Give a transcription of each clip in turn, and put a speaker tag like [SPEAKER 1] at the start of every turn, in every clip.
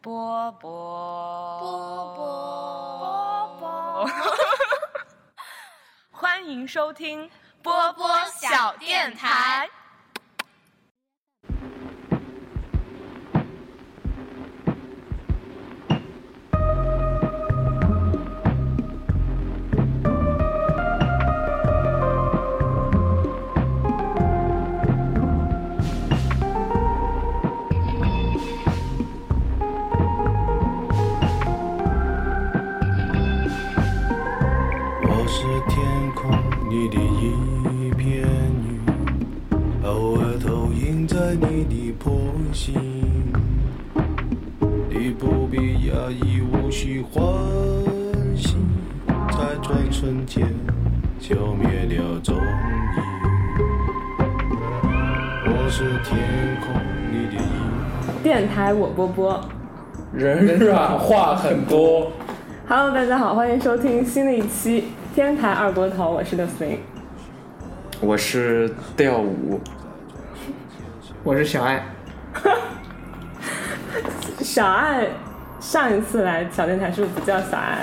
[SPEAKER 1] 波波
[SPEAKER 2] 波
[SPEAKER 1] 波
[SPEAKER 2] 波
[SPEAKER 1] 波，欢迎收听
[SPEAKER 2] 波波小电台。
[SPEAKER 3] 我是天空你的一片云，偶尔投影在你的波心。你不必压抑，无需欢喜，在转瞬间消灭了踪影。我是天空你的一。
[SPEAKER 4] 电台我波波
[SPEAKER 5] 人软话很多。
[SPEAKER 4] ，Hello，大家好，欢迎收听新的一期《天台二锅头》，我是六四零。
[SPEAKER 5] 我是调五，我是小爱。
[SPEAKER 4] 小爱上一次来小电台是不是不叫小爱？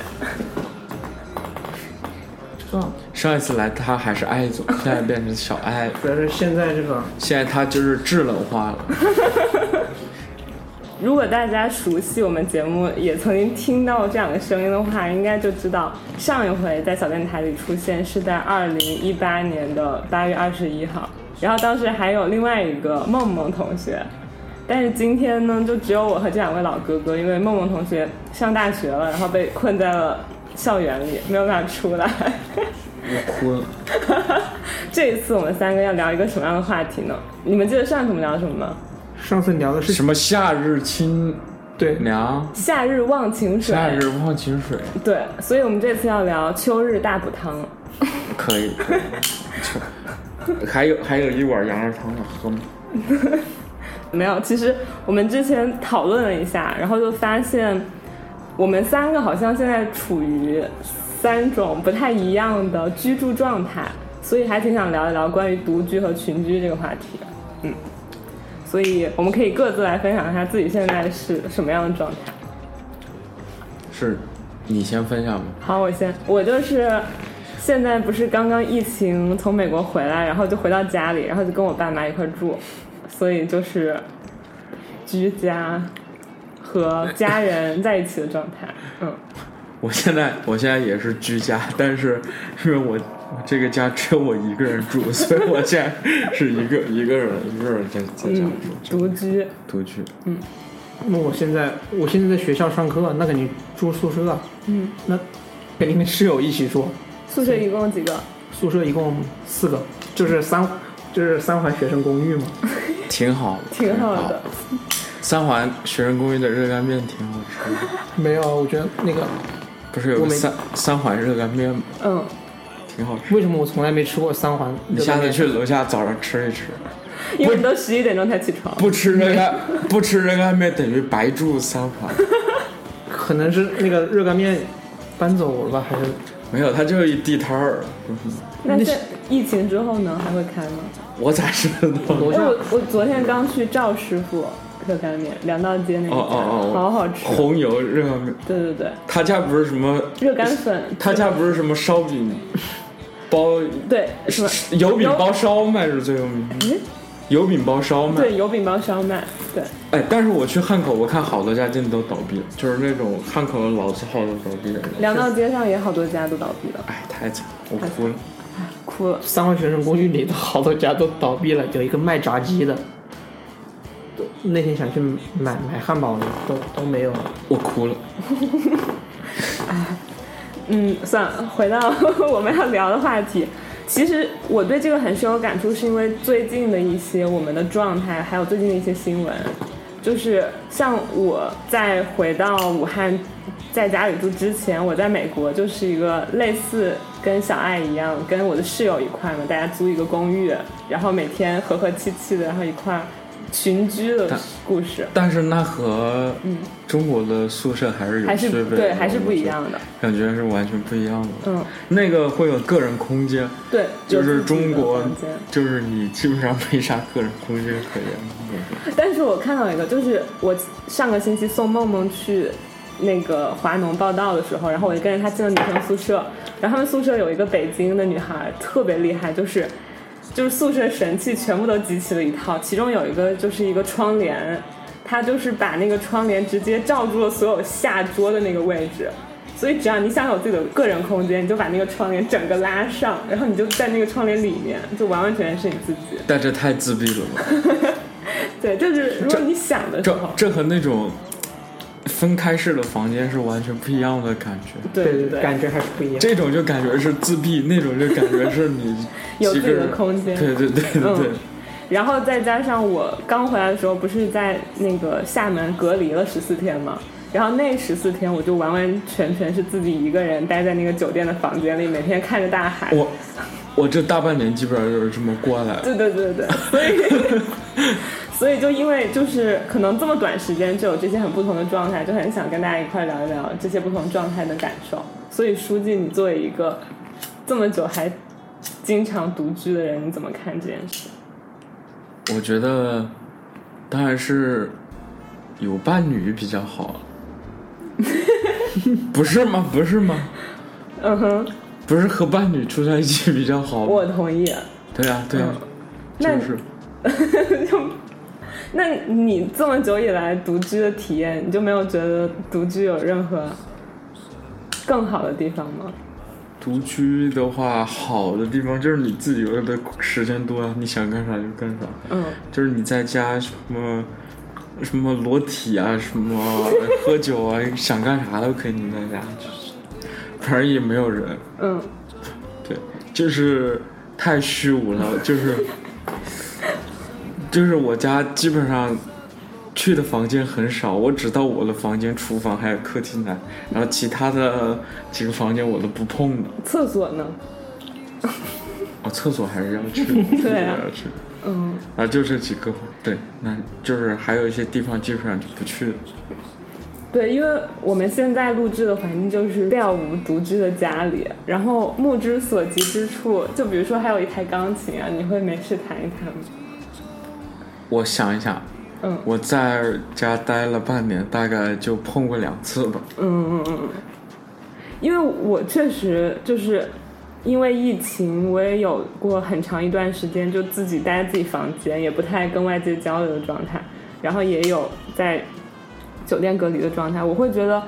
[SPEAKER 5] 上一次来他还是爱总，现在变成小爱了，
[SPEAKER 6] 主要是现在这个
[SPEAKER 5] 现在他就是智能化了。
[SPEAKER 4] 如果大家熟悉我们节目，也曾经听到这样的声音的话，应该就知道上一回在小电台里出现是在二零一八年的八月二十一号，然后当时还有另外一个梦梦同学，但是今天呢，就只有我和这两位老哥哥，因为梦梦同学上大学了，然后被困在了校园里，没有办法出来。
[SPEAKER 5] 哭，
[SPEAKER 4] 这一次我们三个要聊一个什么样的话题呢？你们记得上次我们聊什么吗？
[SPEAKER 6] 上次聊的是
[SPEAKER 5] 什么夏日清
[SPEAKER 6] 对
[SPEAKER 5] 凉，
[SPEAKER 4] 夏日忘情水。
[SPEAKER 5] 夏日忘情水，
[SPEAKER 4] 对，所以我们这次要聊秋日大补汤。
[SPEAKER 5] 可 以。可以还有还有一碗羊肉汤好啊喝吗？
[SPEAKER 4] 没有，其实我们之前讨论了一下，然后就发现我们三个好像现在处于三种不太一样的居住状态，所以还挺想聊一聊关于独居和群居这个话题的。嗯，所以我们可以各自来分享一下自己现在是什么样的状态。
[SPEAKER 5] 是，你先分享吧。
[SPEAKER 4] 好，我先，我就是现在不是刚刚疫情从美国回来，然后就回到家里，然后就跟我爸妈一块儿住，所以就是居家和家人在一起的状态。嗯，
[SPEAKER 5] 我现在我现在也是居家，但是因为我我这个家只有我一个人住，所以我现在是一个一个人一个人在在家
[SPEAKER 4] 嗯
[SPEAKER 5] 住，，就
[SPEAKER 4] 独居。
[SPEAKER 5] 独居。
[SPEAKER 6] 那我现在我现在在学校上课，那肯定住宿舍，嗯，那肯定跟室友一起住，
[SPEAKER 4] 宿舍一共几个？
[SPEAKER 6] 宿舍一共四个，就是三就是三环学生公寓嘛，
[SPEAKER 5] 挺好，
[SPEAKER 4] 挺好的。。
[SPEAKER 5] 三环学生公寓的热干面挺好吃的，
[SPEAKER 6] 没有，啊我觉得那个
[SPEAKER 5] 不是有
[SPEAKER 6] 我
[SPEAKER 5] 个
[SPEAKER 6] 没
[SPEAKER 5] 三三环热干面吗
[SPEAKER 4] 嗯，
[SPEAKER 5] 挺好吃。
[SPEAKER 6] 为什么我从来没吃过三环？
[SPEAKER 5] 你下次去楼下早上吃一吃，
[SPEAKER 4] 因为你都十一点钟才起床。
[SPEAKER 5] 不吃 热干不吃热干面等于白住三环。
[SPEAKER 6] 可能是那个热干面搬走了吧，还是
[SPEAKER 5] 没有，它就是一地摊儿，
[SPEAKER 4] 那这疫情之后呢？还会开吗？
[SPEAKER 5] 我咋知道？
[SPEAKER 6] 楼
[SPEAKER 4] 哎，
[SPEAKER 6] 下
[SPEAKER 4] 我我昨天刚去赵师傅热干面，粮道街那个，
[SPEAKER 5] 哦哦哦
[SPEAKER 4] 好好吃。
[SPEAKER 5] 红油热干面，
[SPEAKER 4] 对对对，
[SPEAKER 5] 他家不是什么
[SPEAKER 4] 热干粉。
[SPEAKER 5] 他家不是什么烧饼包
[SPEAKER 4] 对，什么
[SPEAKER 5] 油饼包烧麦是最有名的，油饼包烧
[SPEAKER 4] 嗯
[SPEAKER 5] 麦。
[SPEAKER 4] 对，油饼包烧麦，对，
[SPEAKER 5] 哎，但是我去汉口，我看好多家店都倒闭了，就是那种汉口的老字号都倒闭了。
[SPEAKER 4] 粮道街上也好多家都倒闭了，
[SPEAKER 5] 哎，太惨，我哭了。
[SPEAKER 4] 哭了。
[SPEAKER 6] 三环学生公寓里的好多家都倒闭了，有一个卖炸鸡的，都那天想去买买汉堡的都都没有了。
[SPEAKER 5] 我哭了，
[SPEAKER 4] 嗯，算了，回到 我们要聊的话题。其实我对这个很深有感触，是因为最近的一些我们的状态，还有最近的一些新闻，就是像我在回到武汉，在家里住之前，我在美国就是一个类似跟小爱一样，跟我的室友一块嘛，大家租一个公寓，然后每天和和气气的，然后一块儿群居的
[SPEAKER 5] 但
[SPEAKER 4] 故事，
[SPEAKER 5] 但是那和中国的宿舍还是有
[SPEAKER 4] 嗯还
[SPEAKER 5] 区
[SPEAKER 4] 是
[SPEAKER 5] 别的，
[SPEAKER 4] 对，还是
[SPEAKER 5] 我
[SPEAKER 4] 不一
[SPEAKER 5] 觉得
[SPEAKER 4] 样的。
[SPEAKER 5] 感觉是完全不一样的。
[SPEAKER 4] 嗯，
[SPEAKER 5] 那个会有个人空间，
[SPEAKER 4] 对，
[SPEAKER 5] 就
[SPEAKER 4] 有自
[SPEAKER 5] 是
[SPEAKER 4] 己
[SPEAKER 5] 中
[SPEAKER 4] 的
[SPEAKER 5] 国
[SPEAKER 4] 房间，
[SPEAKER 5] 就是你基本上没啥个人空间可言。
[SPEAKER 4] 但是我看到一个，就是我上个星期送梦梦去那个华农报道的时候，然后我就跟着她进了女生宿舍，然后他们宿舍有一个北京的女孩特别厉害，就是就是宿舍神器全部都集齐了一套，其中有一个就是一个窗帘，她就是把那个窗帘直接罩住了所有下桌的那个位置。所以只要你想有自己的个人空间，你就把那个窗帘整个拉上，然后你就在那个窗帘里面，就完完全全是你自己。
[SPEAKER 5] 但这太自闭了吧？
[SPEAKER 4] 对，就是如果你想的时
[SPEAKER 5] 这
[SPEAKER 4] 候，
[SPEAKER 5] 这和那种分开式的房间是完全不一样的感觉。
[SPEAKER 4] 对对对，
[SPEAKER 6] 感觉还是不一样。
[SPEAKER 5] 这种就感觉是自闭，那种就感觉是你
[SPEAKER 4] 有
[SPEAKER 5] 几
[SPEAKER 4] 自己
[SPEAKER 5] 个
[SPEAKER 4] 的
[SPEAKER 5] 人
[SPEAKER 4] 空间
[SPEAKER 5] 对对对对
[SPEAKER 4] 嗯
[SPEAKER 5] 对，
[SPEAKER 4] 然后再加上我刚回来的时候，不是在那个厦门隔离了十四天嘛，然后那十四天我就完完全全是自己一个人待在那个酒店的房间里，每天看着大海。
[SPEAKER 5] 我我这大半年基本上就是这么过来的。
[SPEAKER 4] 对对对对，所以所以就因为就是可能这么短时间就有这些很不同的状态，就很想跟大家一块儿聊一聊这些不同状态的感受。所以书记，你作为一个这么久还经常独居的人，你怎么看这件事？
[SPEAKER 5] 我觉得当然是有伴侣比 较好，不是吗？不是吗？
[SPEAKER 4] 嗯哼，
[SPEAKER 5] 不是和伴侣住在一起比较好吗？
[SPEAKER 4] 我同意。啊
[SPEAKER 5] 对呀、对呀、啊
[SPEAKER 4] 那
[SPEAKER 5] 就是
[SPEAKER 4] 就，那你这么久以来独居的体验，你就没有觉得独居有任何更好的地方吗？
[SPEAKER 5] 独居的话，好的地方就是你自己的时间多啊，你想干啥就干啥。
[SPEAKER 4] 嗯，
[SPEAKER 5] 就是你在家什么什么裸体啊，什么喝酒啊，想干啥都可以，你在家就是，反正也没有人。
[SPEAKER 4] 嗯，
[SPEAKER 5] 对，就是太虚无了，就是就是我家基本上去的房间很少，我只到我的房间、厨房还有客厅来，然后其他的几个房间我都不碰的。
[SPEAKER 4] 厕所呢？
[SPEAKER 5] 哦，厕所还是要去，
[SPEAKER 4] 对啊
[SPEAKER 5] 还是要去。
[SPEAKER 4] 嗯，
[SPEAKER 5] 啊，就这几个，对，那就是还有一些地方基本上就不去了。
[SPEAKER 4] 对，因为我们现在录制的环境就是廖无独居的家里，然后目之所及之处，就比如说还有一台钢琴啊，你会没事弹一弹吗？
[SPEAKER 5] 我想一想，
[SPEAKER 4] 嗯
[SPEAKER 5] 我在家待了半年，大概就碰过两次吧。
[SPEAKER 4] 嗯嗯嗯，嗯，因为我确实就是因为疫情，我也有过很长一段时间就自己待在自己房间，也不太跟外界交流的状态，然后也有在酒店隔离的状态。我会觉得，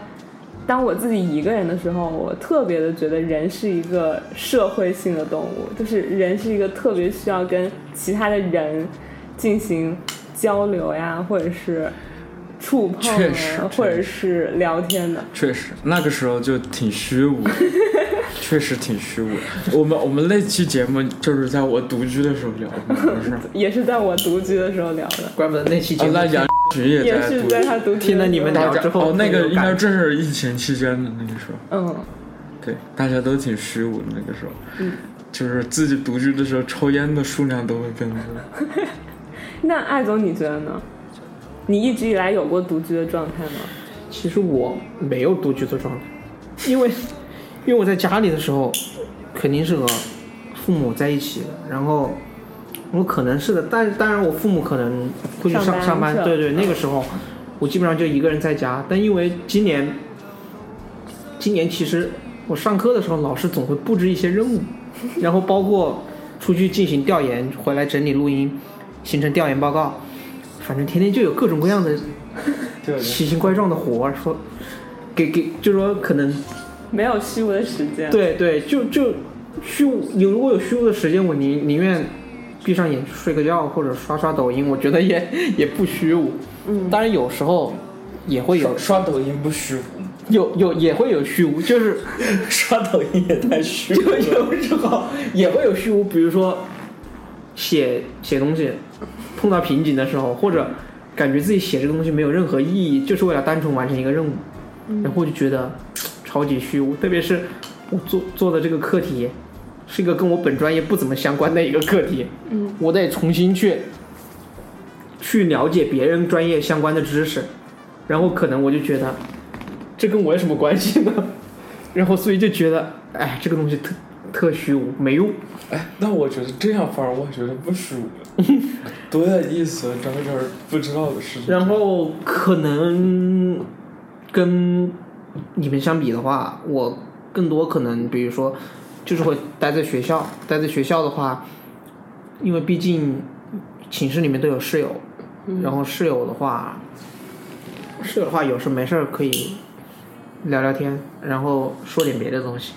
[SPEAKER 4] 当我自己一个人的时候，我特别的觉得人是一个社会性的动物，就是人是一个特别需要跟其他的人进行交流呀，或者是。触碰啊
[SPEAKER 5] 确实
[SPEAKER 4] 或者
[SPEAKER 5] 确实
[SPEAKER 4] 是聊天的，
[SPEAKER 5] 确实，那个时候就挺虚 无的，确实挺虚无的。我们我们那期节目就是在我独居的时候聊的，不 是？
[SPEAKER 4] 也是在我独居的时候聊的，
[SPEAKER 6] 怪不得那期节
[SPEAKER 5] 啊，
[SPEAKER 6] 目
[SPEAKER 5] 那杨群也
[SPEAKER 4] 也
[SPEAKER 5] 在
[SPEAKER 4] 是
[SPEAKER 5] 独
[SPEAKER 4] 在
[SPEAKER 5] 居。
[SPEAKER 4] 他独居的时候。
[SPEAKER 6] 听了你们
[SPEAKER 5] 大
[SPEAKER 6] 聊
[SPEAKER 5] 家
[SPEAKER 6] 之后
[SPEAKER 5] 哦，那个应
[SPEAKER 6] 很有
[SPEAKER 5] 该
[SPEAKER 6] 感
[SPEAKER 5] 正是疫情期间的那个时候，
[SPEAKER 4] 嗯，
[SPEAKER 5] 对，大家都挺虚无的那个时候，就是自己独居的时候，抽烟的数量都会更多。
[SPEAKER 4] 那艾总你觉得呢？你一直以来有过独居的状态吗？
[SPEAKER 6] 其实我没有独居的状态，因为因为我在家里的时候，肯定是和父母在一起的，然后我可能是的，但当然我父母可能会去上
[SPEAKER 4] 上
[SPEAKER 6] 上
[SPEAKER 4] 班
[SPEAKER 6] 班，
[SPEAKER 4] 去了
[SPEAKER 6] 对对，那个时候我基本上就一个人在家，但因为今年今年其实我上课的时候，老师总会布置一些任务，然后包括出去进行调研，回来整理录音，形成调研报告，反正天天就有各种各样的
[SPEAKER 5] 对
[SPEAKER 6] 奇形怪状的活儿，说给给，就说可能
[SPEAKER 4] 没有虚无的时间。，
[SPEAKER 6] 对对，就就虚无，有如果有虚无的时间，我宁宁愿闭上眼睡个觉或者刷刷抖音，我觉得也也不虚无。嗯，当然有时候也会有
[SPEAKER 5] 呃刷抖音不虚无吗？
[SPEAKER 6] 有有也会有虚无，就是
[SPEAKER 5] 刷抖音也太虚
[SPEAKER 6] 就有时候也会有虚无，比如说写写东西碰到瓶颈的时候，或者感觉自己写这个东西没有任何意义，就是为了单纯完成一个任务，然后我就觉得超级虚无。特别是我做做的这个课题是一个跟我本专业不怎么相关的一个课题，嗯，我得重新去去了解别人专业相关的知识，然后可能我就觉得这跟我有什么关系呢？然后所以就觉得，哎，这个东西特特虚无，没用。
[SPEAKER 5] 哎，那我觉得这样反而我觉得不舒服， 多有意思，整点儿不知道的事情。
[SPEAKER 6] 然后可能跟你们相比的话，我更多可能，比如说，就是会待在学校。待在学校的话，因为毕竟寝室里面都有室友，然后室友的话，室友的话有事没事儿可以聊聊天，然后说点别的东西，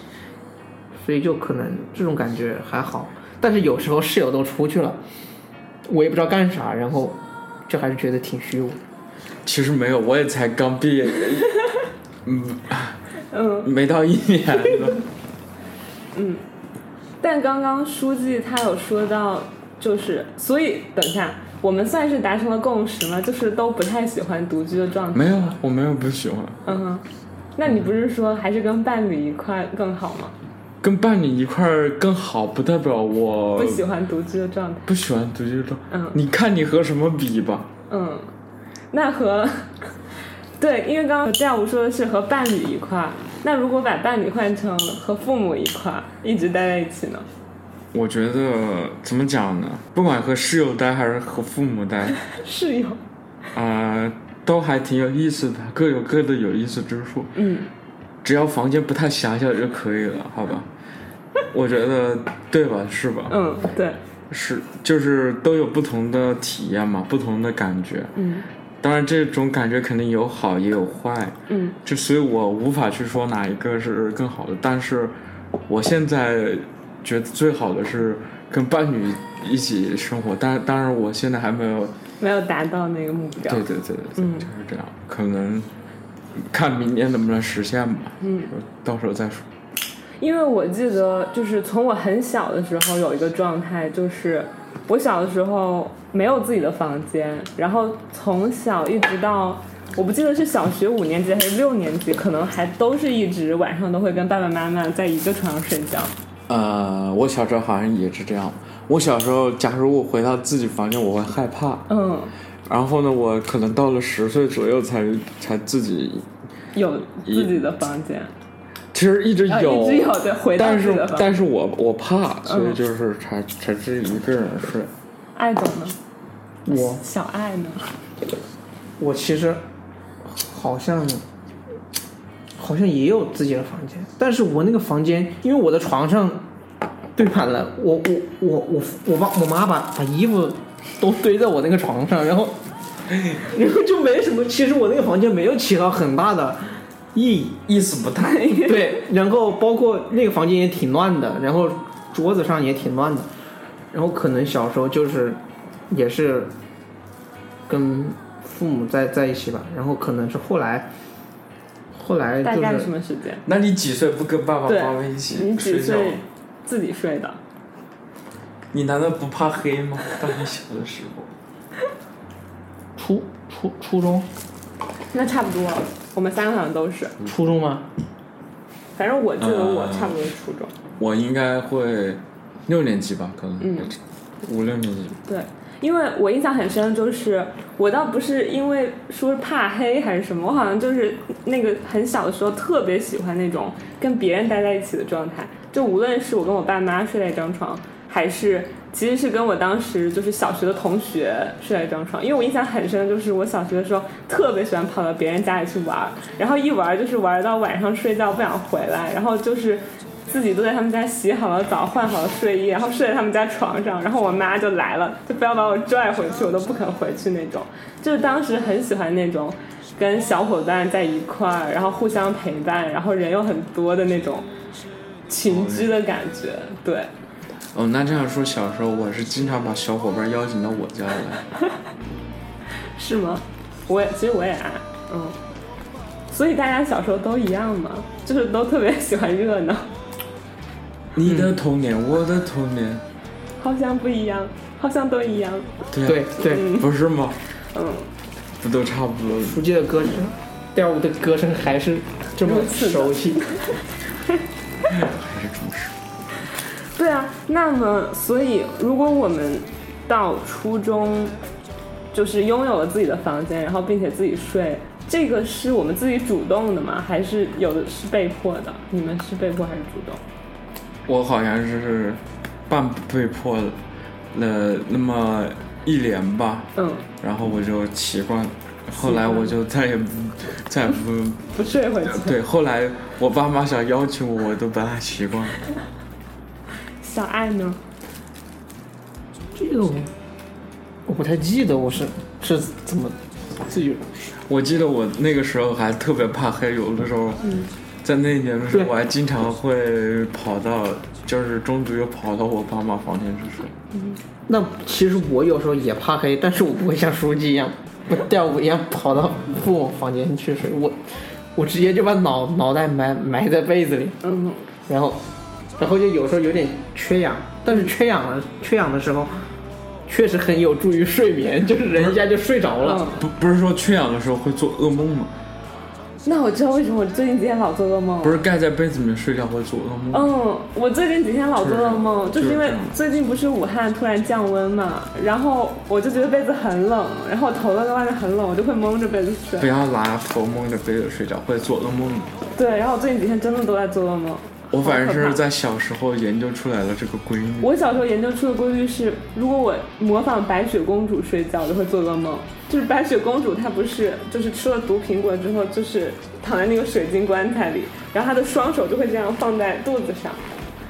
[SPEAKER 6] 所以就可能这种感觉还好。但是有时候室友都出去了，我也不知道干啥，然后就还是觉得挺虚无。
[SPEAKER 5] 其实没有，我也才刚毕业，嗯，
[SPEAKER 4] 嗯，
[SPEAKER 5] 没到一年呢。
[SPEAKER 4] 但刚刚书记他有说到，就是所以等一下，我们算是达成了共识吗？就是都不太喜欢独居的状态。
[SPEAKER 5] 没有啊，我没有不喜欢，
[SPEAKER 4] 嗯哼，那你不是说还是跟伴侣一块更好吗？
[SPEAKER 5] 跟伴侣一块儿更好，不代表我
[SPEAKER 4] 不喜欢独居的状态。
[SPEAKER 5] 不喜欢独居症。
[SPEAKER 4] 嗯
[SPEAKER 5] 你看你和什么比吧？
[SPEAKER 4] 嗯，那和对，因为刚刚教务说的是和伴侣一块儿，那如果把伴侣换成和父母一块儿，一直待在一起呢？
[SPEAKER 5] 我觉得怎么讲呢？不管和室友待还是和父母 待，啊、
[SPEAKER 4] 室友，
[SPEAKER 5] 都还挺有意思的，各有各的有意思之处。
[SPEAKER 4] 嗯，
[SPEAKER 5] 只要房间不太狭小就可以了，好吧？我觉得对吧？是吧？
[SPEAKER 4] 嗯，对，
[SPEAKER 5] 是，就是都有不同的体验嘛，不同的感觉。
[SPEAKER 4] 嗯
[SPEAKER 5] 当然，这种感觉肯定有好也有坏，
[SPEAKER 4] 嗯
[SPEAKER 5] 就所以我无法去说哪一个是更好的。但是我现在觉得最好的是跟伴侣一起生活，但当然我现在还没有。
[SPEAKER 4] 没有达到那个目标。
[SPEAKER 5] 对对对对，对
[SPEAKER 4] 嗯
[SPEAKER 5] 就是这样。可能看明年能不能实现吧，
[SPEAKER 4] 嗯，
[SPEAKER 5] 到时候再说。
[SPEAKER 4] 因为我记得，就是从我很小的时候有一个状态，就是我小的时候没有自己的房间，然后从小一直到我不记得是小学五年级还是六年级，可能还都是一直晚上都会跟爸爸妈妈在一个床上睡觉。
[SPEAKER 5] 呃，我小时候好像也是这样。我小时候，假如我回到自己房间，我会害怕。
[SPEAKER 4] 嗯，
[SPEAKER 5] 然后呢，我可能到了十岁左右才才自己，
[SPEAKER 4] 有自己的房间，
[SPEAKER 5] 其实一直
[SPEAKER 4] 啊
[SPEAKER 5] 有，
[SPEAKER 4] 一直有对回到
[SPEAKER 5] 但
[SPEAKER 4] 自己
[SPEAKER 5] 是
[SPEAKER 4] 的房间。
[SPEAKER 5] 但是我我怕，所以
[SPEAKER 4] 嗯
[SPEAKER 5] 就是才才自己一个人睡。
[SPEAKER 4] 爱总呢？
[SPEAKER 6] 我
[SPEAKER 4] 小爱呢？
[SPEAKER 6] 我其实好像好像也有自己的房间，但是我那个房间，因为我的床上堆满了我我我我我爸我妈把把衣服都堆在我那个床上，然后 然后就没什么。其实我那个房间没有起到很大的意义，
[SPEAKER 5] 意 思不太一样。
[SPEAKER 6] 对，然后包括那个房间也挺乱的，然后桌子上也挺乱的，然后可能小时候就是也是跟父母在在一起吧，然后可能是后来后来
[SPEAKER 4] 大概
[SPEAKER 6] 就是
[SPEAKER 4] 什么时间？
[SPEAKER 5] 那你几岁不跟爸爸
[SPEAKER 4] 对
[SPEAKER 5] 妈妈一起
[SPEAKER 4] 你几
[SPEAKER 5] 睡觉？
[SPEAKER 4] 岁自己睡的？
[SPEAKER 5] 你难道不怕 黑吗？当你小的时候。
[SPEAKER 6] 初初初中
[SPEAKER 4] 那差不多，我们三个好像都是。
[SPEAKER 6] 初中吗？
[SPEAKER 4] 反正我记得我
[SPEAKER 5] 嗯
[SPEAKER 4] 差不多是初中。
[SPEAKER 5] 我应该会六年级吧，可能、
[SPEAKER 4] 嗯
[SPEAKER 5] 五六年级。
[SPEAKER 4] 对，因为我印象很深，就是我倒不是因为说怕黑还是什么，我好像就是那个很小的时候特别喜欢那种跟别人待在一起的状态，就无论是我跟我爸妈睡在一张床，还是其实是跟我当时就是小学的同学睡在一张床，因为我印象很深，就是我小学的时候特别喜欢跑到别人家里去玩儿，然后一玩儿就是玩儿到晚上睡觉不想回来，然后就是自己都在他们家洗好了澡，换好了睡衣，然后睡在他们家床上，然后我妈就来了，就非要把我拽回去，我都不肯回去那种。就是当时很喜欢那种跟小伙伴在一块儿，然后互相陪伴，然后人又很多的那种群居的感觉。对，
[SPEAKER 5] 哦，那这样说，小时候我是经常把小伙伴邀请到我家来。
[SPEAKER 4] 是吗？我也其实我也爱，嗯。所以大家小时候都一样嘛，就是都特别喜欢热闹，
[SPEAKER 5] 你的童年，我的童年，
[SPEAKER 4] 好像不一样，好像都一样。
[SPEAKER 5] 对啊
[SPEAKER 6] 对对，
[SPEAKER 5] 不是吗？
[SPEAKER 4] 嗯，
[SPEAKER 5] 不都差不多？
[SPEAKER 6] 初记的歌声，调舞的歌声还是这么
[SPEAKER 4] 如此的
[SPEAKER 6] 熟悉。
[SPEAKER 5] 还是主持？
[SPEAKER 4] 对啊，那么所以如果我们到初中，就是拥有了自己的房间，然后并且自己睡，这个是我们自己主动的吗？还是有的是被迫的？你们是被迫还是主动？
[SPEAKER 5] 我好像是半被迫的，呃，那么一年吧，
[SPEAKER 4] 嗯，
[SPEAKER 5] 然后我就习惯了，后来我就再也不 再也不
[SPEAKER 4] 不睡回去。
[SPEAKER 5] 对，后来我爸妈想要求我，我都不太习惯。
[SPEAKER 4] 小爱呢？
[SPEAKER 6] 这个我我不太记得我是是怎么自己
[SPEAKER 5] 我记得我那个时候还特别怕黑，有的时候，在那一年的时候，
[SPEAKER 6] 对
[SPEAKER 5] 我还经常会跑到，就是中途又跑到我爸妈房间去睡。
[SPEAKER 6] 那其实我有时候也怕黑，但是我不会像书记一样，不掉舞一样跑到父母房间去睡，我我直接就把脑脑袋埋埋在被子里，
[SPEAKER 4] 嗯，
[SPEAKER 6] 然后然后就有时候有点缺氧，但是缺氧了缺氧的时候，确实很有助于睡眠，就是人一下就睡着了。
[SPEAKER 5] 不不是说缺氧的时候会做噩梦吗？
[SPEAKER 4] 那我知道为什么我最近几天老做噩梦了。
[SPEAKER 5] 不是盖在被子里面睡觉会做噩梦。
[SPEAKER 4] 嗯，我最近几天老做噩梦，
[SPEAKER 5] 就
[SPEAKER 4] 就是是因为
[SPEAKER 5] 这样
[SPEAKER 4] 最近不是武汉突然降温嘛，然后我就觉得被子很冷，然后我头在外面很冷，我就会蒙着被子睡
[SPEAKER 5] 不。要拿头蒙着被子睡觉，会做噩梦。
[SPEAKER 4] 对，然后我最近几天真的都在做噩梦。
[SPEAKER 5] 我反正
[SPEAKER 4] 好
[SPEAKER 5] 是
[SPEAKER 4] 可怕
[SPEAKER 5] 在小时候研究出来了这个规律。
[SPEAKER 4] 我小时候研究出的规律是，如果我模仿白雪公主睡觉，我就会做噩梦。就是白雪公主她不是就是吃了毒苹果之后，就是躺在那个水晶棺材里，然后她的双手就会这样放在肚子上。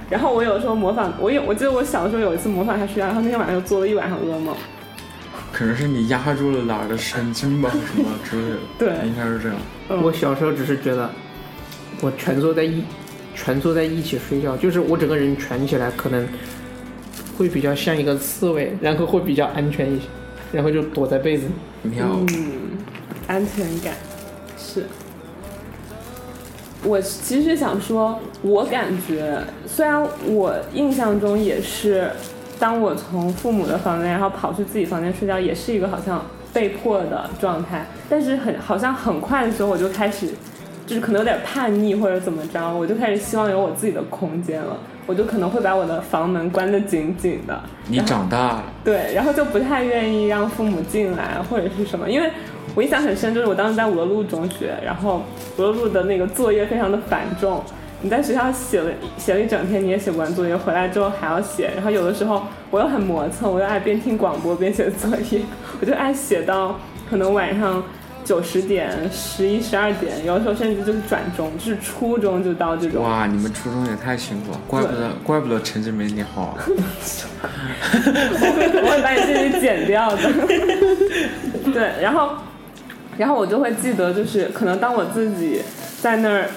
[SPEAKER 4] 然后我有时候模仿，我有我记得我小的时候有一次模仿她睡觉，然后那天晚上又做了一晚上噩梦。
[SPEAKER 5] 可能是你压住了哪儿的神经吧，什么之类的。
[SPEAKER 4] 对
[SPEAKER 5] 应该是这样。
[SPEAKER 4] 嗯
[SPEAKER 6] 我小时候只是觉得，我蜷缩在一蜷缩在一起睡觉，就是我整个人蜷起来，可能会比较像一个刺猬，然后会比较安全一些，然后就躲在被子里。
[SPEAKER 5] 妙，
[SPEAKER 4] 嗯安全感是。我其实想说，我感觉虽然我印象中也是，当我从父母的房间，然后跑去自己房间睡觉，也是一个好像被迫的状态，但是很好像很快的时候我就开始，就是可能有点叛逆或者怎么着，我就开始希望有我自己的空间了，我就可能会把我的房门关得紧紧的，
[SPEAKER 5] 你长大了。
[SPEAKER 4] 对，然后就不太愿意让父母进来或者是什么，因为我印象很深，就是我当时在五罗路中学，然后五罗路的那个作业非常的繁重，你在学校写了写了一整天，你也写不完作业，回来之后还要写，然后有的时候我又很磨蹭，我又爱边听广播边写作业，我就爱写到可能晚上。九十点、十一、十二点，有的时候甚至就是转中，就是初中就到这种。
[SPEAKER 5] 哇，你们初中也太辛苦了，怪不得怪不得成绩没你好 啊。
[SPEAKER 4] 我会把你这里剪掉的。对，然后，然后我就会记得，就是可能当我自己在那儿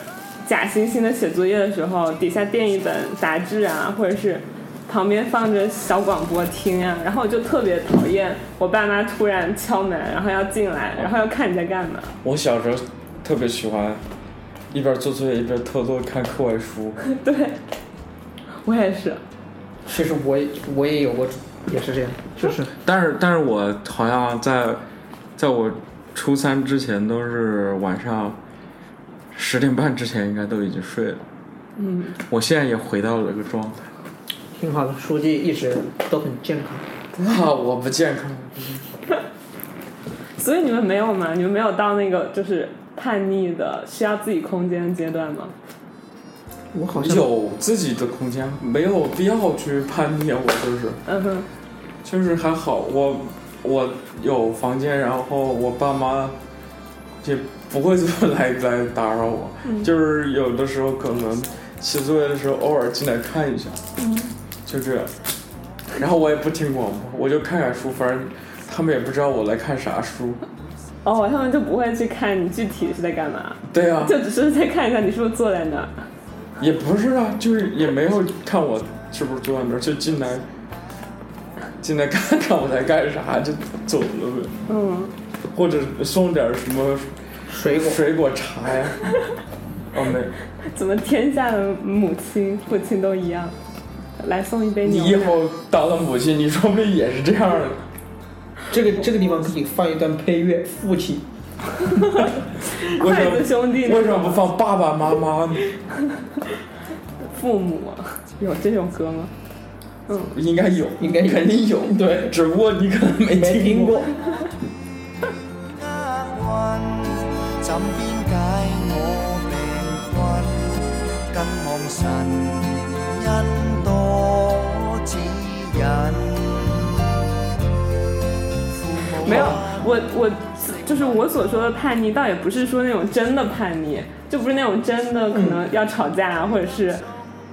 [SPEAKER 4] 假惺惺的写作业的时候，底下垫一本杂志啊，或者是旁边放着小广播听啊，然后我就特别讨厌我爸妈突然敲门，然后要进来，然后要看你在干嘛。
[SPEAKER 5] 我小时候特别喜欢一边做作业一边偷偷看课外书，
[SPEAKER 4] 对，我也是，
[SPEAKER 6] 其实我也我也有过，也是这样，就是
[SPEAKER 5] 但是但是我好像在在我初三之前都是晚上十点半之前应该都已经睡了。
[SPEAKER 4] 嗯，
[SPEAKER 5] 我现在也回到了这个状态。
[SPEAKER 6] 挺好的。书记一直都很健康，
[SPEAKER 5] 啊，我不健康。
[SPEAKER 4] 所以你们没有吗？你们没有到那个就是叛逆的需要自己空间的阶段吗？
[SPEAKER 6] 我好像
[SPEAKER 5] 有自己的空间，没有必要去叛逆。我就是
[SPEAKER 4] 嗯哼，
[SPEAKER 5] 就是还好，我我有房间，然后我爸妈也不会这么来来打扰我。
[SPEAKER 4] 嗯
[SPEAKER 5] 就是有的时候可能写作业的时候偶尔进来看一下，
[SPEAKER 4] 嗯
[SPEAKER 5] 就这样。然后我也不听广播，我就看看书，反正他们也不知道我来看 啥书。
[SPEAKER 4] 哦，他们就不会去看你具体是在干嘛，
[SPEAKER 5] 对 啊，
[SPEAKER 4] 就只是在看一下你是不是坐在那儿。
[SPEAKER 5] 也不是啊，就是也没有看我是不是坐在那儿，就进来进来看看我在干啥，就走了呗。
[SPEAKER 4] 嗯，
[SPEAKER 5] 或者送点什么
[SPEAKER 6] 水果，
[SPEAKER 5] 水果茶 呀。哦，没，
[SPEAKER 4] 怎么天下的母亲、父亲都一样？来送一杯
[SPEAKER 5] 你
[SPEAKER 4] 牛
[SPEAKER 5] 以
[SPEAKER 4] 奶。
[SPEAKER 5] 后当了母亲，你说不定也是这样 的。
[SPEAKER 6] 这个这个地方可以放一段配乐，父亲。
[SPEAKER 5] 为什
[SPEAKER 4] 筷
[SPEAKER 5] 么
[SPEAKER 4] 子兄弟，
[SPEAKER 5] 为什么不放爸爸妈妈呢？
[SPEAKER 4] 父母啊 有这种歌吗？
[SPEAKER 5] 应该有，
[SPEAKER 6] 应该有
[SPEAKER 5] 肯定有，
[SPEAKER 6] 对，
[SPEAKER 5] 只不过你可能没
[SPEAKER 6] 没听
[SPEAKER 5] 过。
[SPEAKER 6] 过，
[SPEAKER 7] 諗邊解我病困，更望神恩多指引。父母
[SPEAKER 4] 没有，我我就是我所说的叛逆，倒也不是说那种真的叛逆，就不是那种真的可能要吵架啊，或者是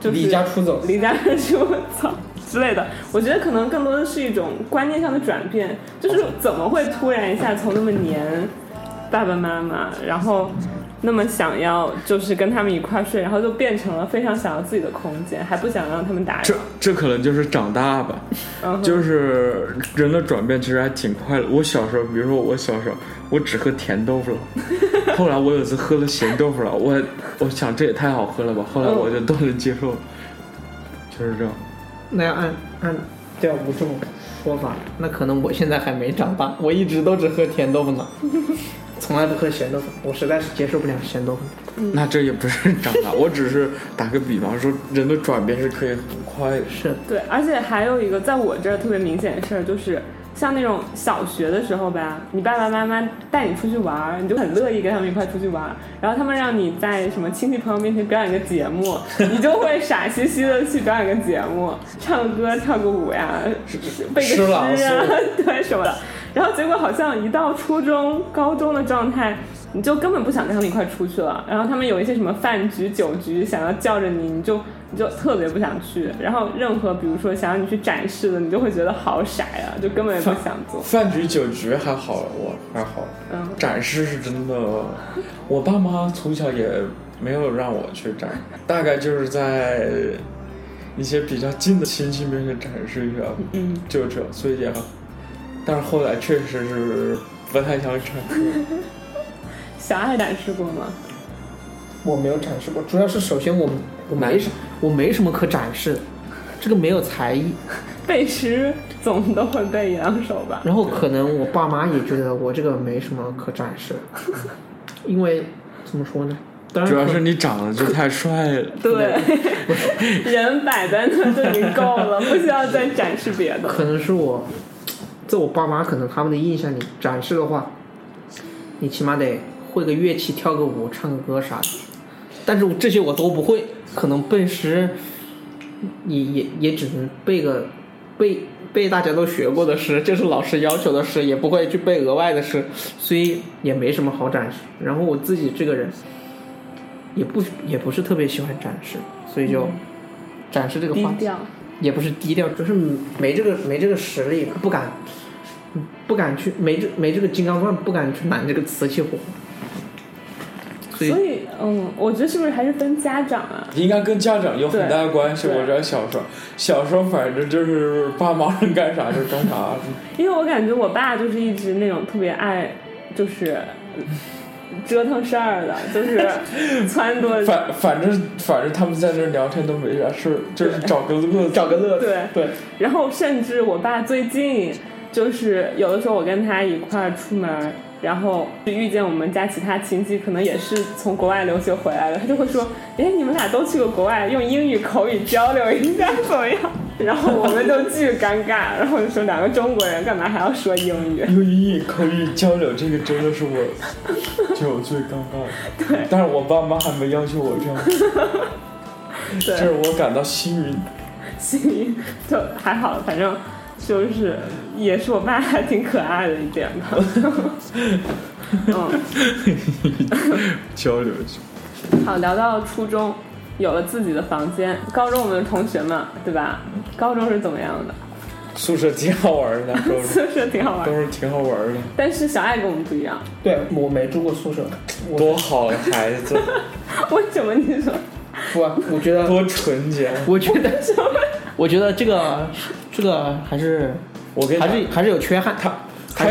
[SPEAKER 4] 就是
[SPEAKER 6] 嗯离家出走
[SPEAKER 4] 离家出走之类的。我觉得可能更多的是一种观念上的转变，就是怎么会突然一下从那么黏爸爸妈妈，然后那么想要就是跟他们一块儿睡，然后就变成了非常想要自己的空间，还不想让他们打
[SPEAKER 5] 这
[SPEAKER 4] 扰。
[SPEAKER 5] 这可能就是长大吧，
[SPEAKER 4] 嗯哼
[SPEAKER 5] 就是人的转变其实还挺快的。我小时候，比如说我小时候，我只喝甜豆腐脑， 后来我有一次喝了咸豆腐脑，我我想这也太好喝了吧，后来我就都能接受了，就是这样。
[SPEAKER 6] 那要按按这样吴这么说法，那可能我现在还没长大，我一直都只喝甜豆腐脑，从来不喝咸豆腐，我实在是接受不了咸豆腐。
[SPEAKER 5] 那这也不是长大，我只是打个比方说，人的转变是可以很快的。
[SPEAKER 6] 是，
[SPEAKER 4] 对，而且还有一个在我这儿特别明显的事儿，就是像那种小学的时候吧，你爸爸妈妈带你出去玩儿，你就很乐意跟他们一块出去玩儿，然后他们让你在什么亲戚朋友面前表演个节目，你就会傻兮兮的去表演个节目，唱个歌、跳个舞呀，背个诗
[SPEAKER 6] 诗朗
[SPEAKER 4] 啊
[SPEAKER 6] 诵，
[SPEAKER 4] 对什么的。然后结果好像一到初中、高中的状态，你就根本不想跟他们一块出去了。然后他们有一些什么饭局、酒局，想要叫着你，你就你就特别不想去。然后任何比如说想让你去展示的，你就会觉得好傻呀，就根本也不想做。
[SPEAKER 5] 饭局酒局还好，我还好。
[SPEAKER 4] 嗯
[SPEAKER 5] 展示是真的，我爸妈从小也没有让我去展，大概就是在一些比较近的亲戚面前展示一下，
[SPEAKER 4] 嗯，
[SPEAKER 5] 就这，所以也好。但是后来确实是不太想展示。
[SPEAKER 4] 小爱展示过吗？
[SPEAKER 6] 我没有展示过，主要是首先我我没什我没什么可展示的，这个没有才艺，
[SPEAKER 4] 背诗总都会背一两首吧。
[SPEAKER 6] 然后可能我爸妈也觉得我这个没什么可展示的，因为怎么说呢？当然
[SPEAKER 5] 主要
[SPEAKER 6] 可
[SPEAKER 5] 是你长得就太帅了，
[SPEAKER 4] 对，人摆在那就已经够了，不需要再展示别 的。
[SPEAKER 6] 可能是我，在我爸妈可能他们的印象里展示的话，你起码得会个乐器、跳个舞、唱个歌啥的。但是这些我都不会，可能背诗，也也也只能背个背背大家都学过的诗，就是老师要求的诗，也不会去背额外的诗，所以也没什么好展示。然后我自己这个人，也不也不是特别喜欢展示，所以就展示这个
[SPEAKER 4] 低
[SPEAKER 6] 话题。
[SPEAKER 4] 调。
[SPEAKER 6] 也不是低调，就是没这个没这个实力，不敢，不敢去没这没这个金刚钻，不敢去揽这个瓷器活。所以
[SPEAKER 4] 所以，嗯，我觉得是不是还是分家长啊？
[SPEAKER 5] 应该跟家长有很大关系。
[SPEAKER 4] 对
[SPEAKER 5] 我知道小时候，小时候反正就是爸妈让干啥就干啥，
[SPEAKER 4] 因为我感觉我爸就是一直那种特别爱，就是呃折腾事儿的，就是撺掇。
[SPEAKER 5] 反反正反正他们在那儿聊天都没啥事儿，就是找个乐子，
[SPEAKER 6] 找个乐子，
[SPEAKER 4] 对
[SPEAKER 6] 对，
[SPEAKER 4] 然后甚至我爸最近就是有的时候我跟他一块儿出门儿，然后就遇见我们家其他亲戚，可能也是从国外留学回来的，他就会说：“哎，你们俩都去过国外，用英语口语交流一下怎么样？” 然后我们就巨尴尬，然后我就说两个中国人干嘛还要说英语？
[SPEAKER 5] 用英语口语交流，这个真的是我，就我最尴尬的。对，但是我爸妈还没要求我这 样，
[SPEAKER 4] 对
[SPEAKER 5] 这。是我感到幸运。
[SPEAKER 4] 心里就还好，反正就是也是我爸还挺可爱的一点 吧。嗯，
[SPEAKER 5] 交流去，
[SPEAKER 4] 好，聊到初中，有了自己的房间，高中我们的同学嘛，对吧？高中是怎么样的？
[SPEAKER 5] 宿舍挺好玩儿的， 都是
[SPEAKER 4] 宿舍挺好玩
[SPEAKER 5] 都
[SPEAKER 4] 儿，
[SPEAKER 5] 是挺好玩儿的，
[SPEAKER 4] 但是小爱跟我们不一样。
[SPEAKER 6] 对我没住过宿舍，我
[SPEAKER 5] 多好的孩 子，
[SPEAKER 4] 为什么你说？
[SPEAKER 6] 不， 我觉得，
[SPEAKER 5] 多纯洁。
[SPEAKER 6] 我觉得，我觉得这个这个还是
[SPEAKER 5] 我跟你
[SPEAKER 6] 还
[SPEAKER 5] 讲
[SPEAKER 6] 是还是有缺憾。
[SPEAKER 5] 他
[SPEAKER 6] 还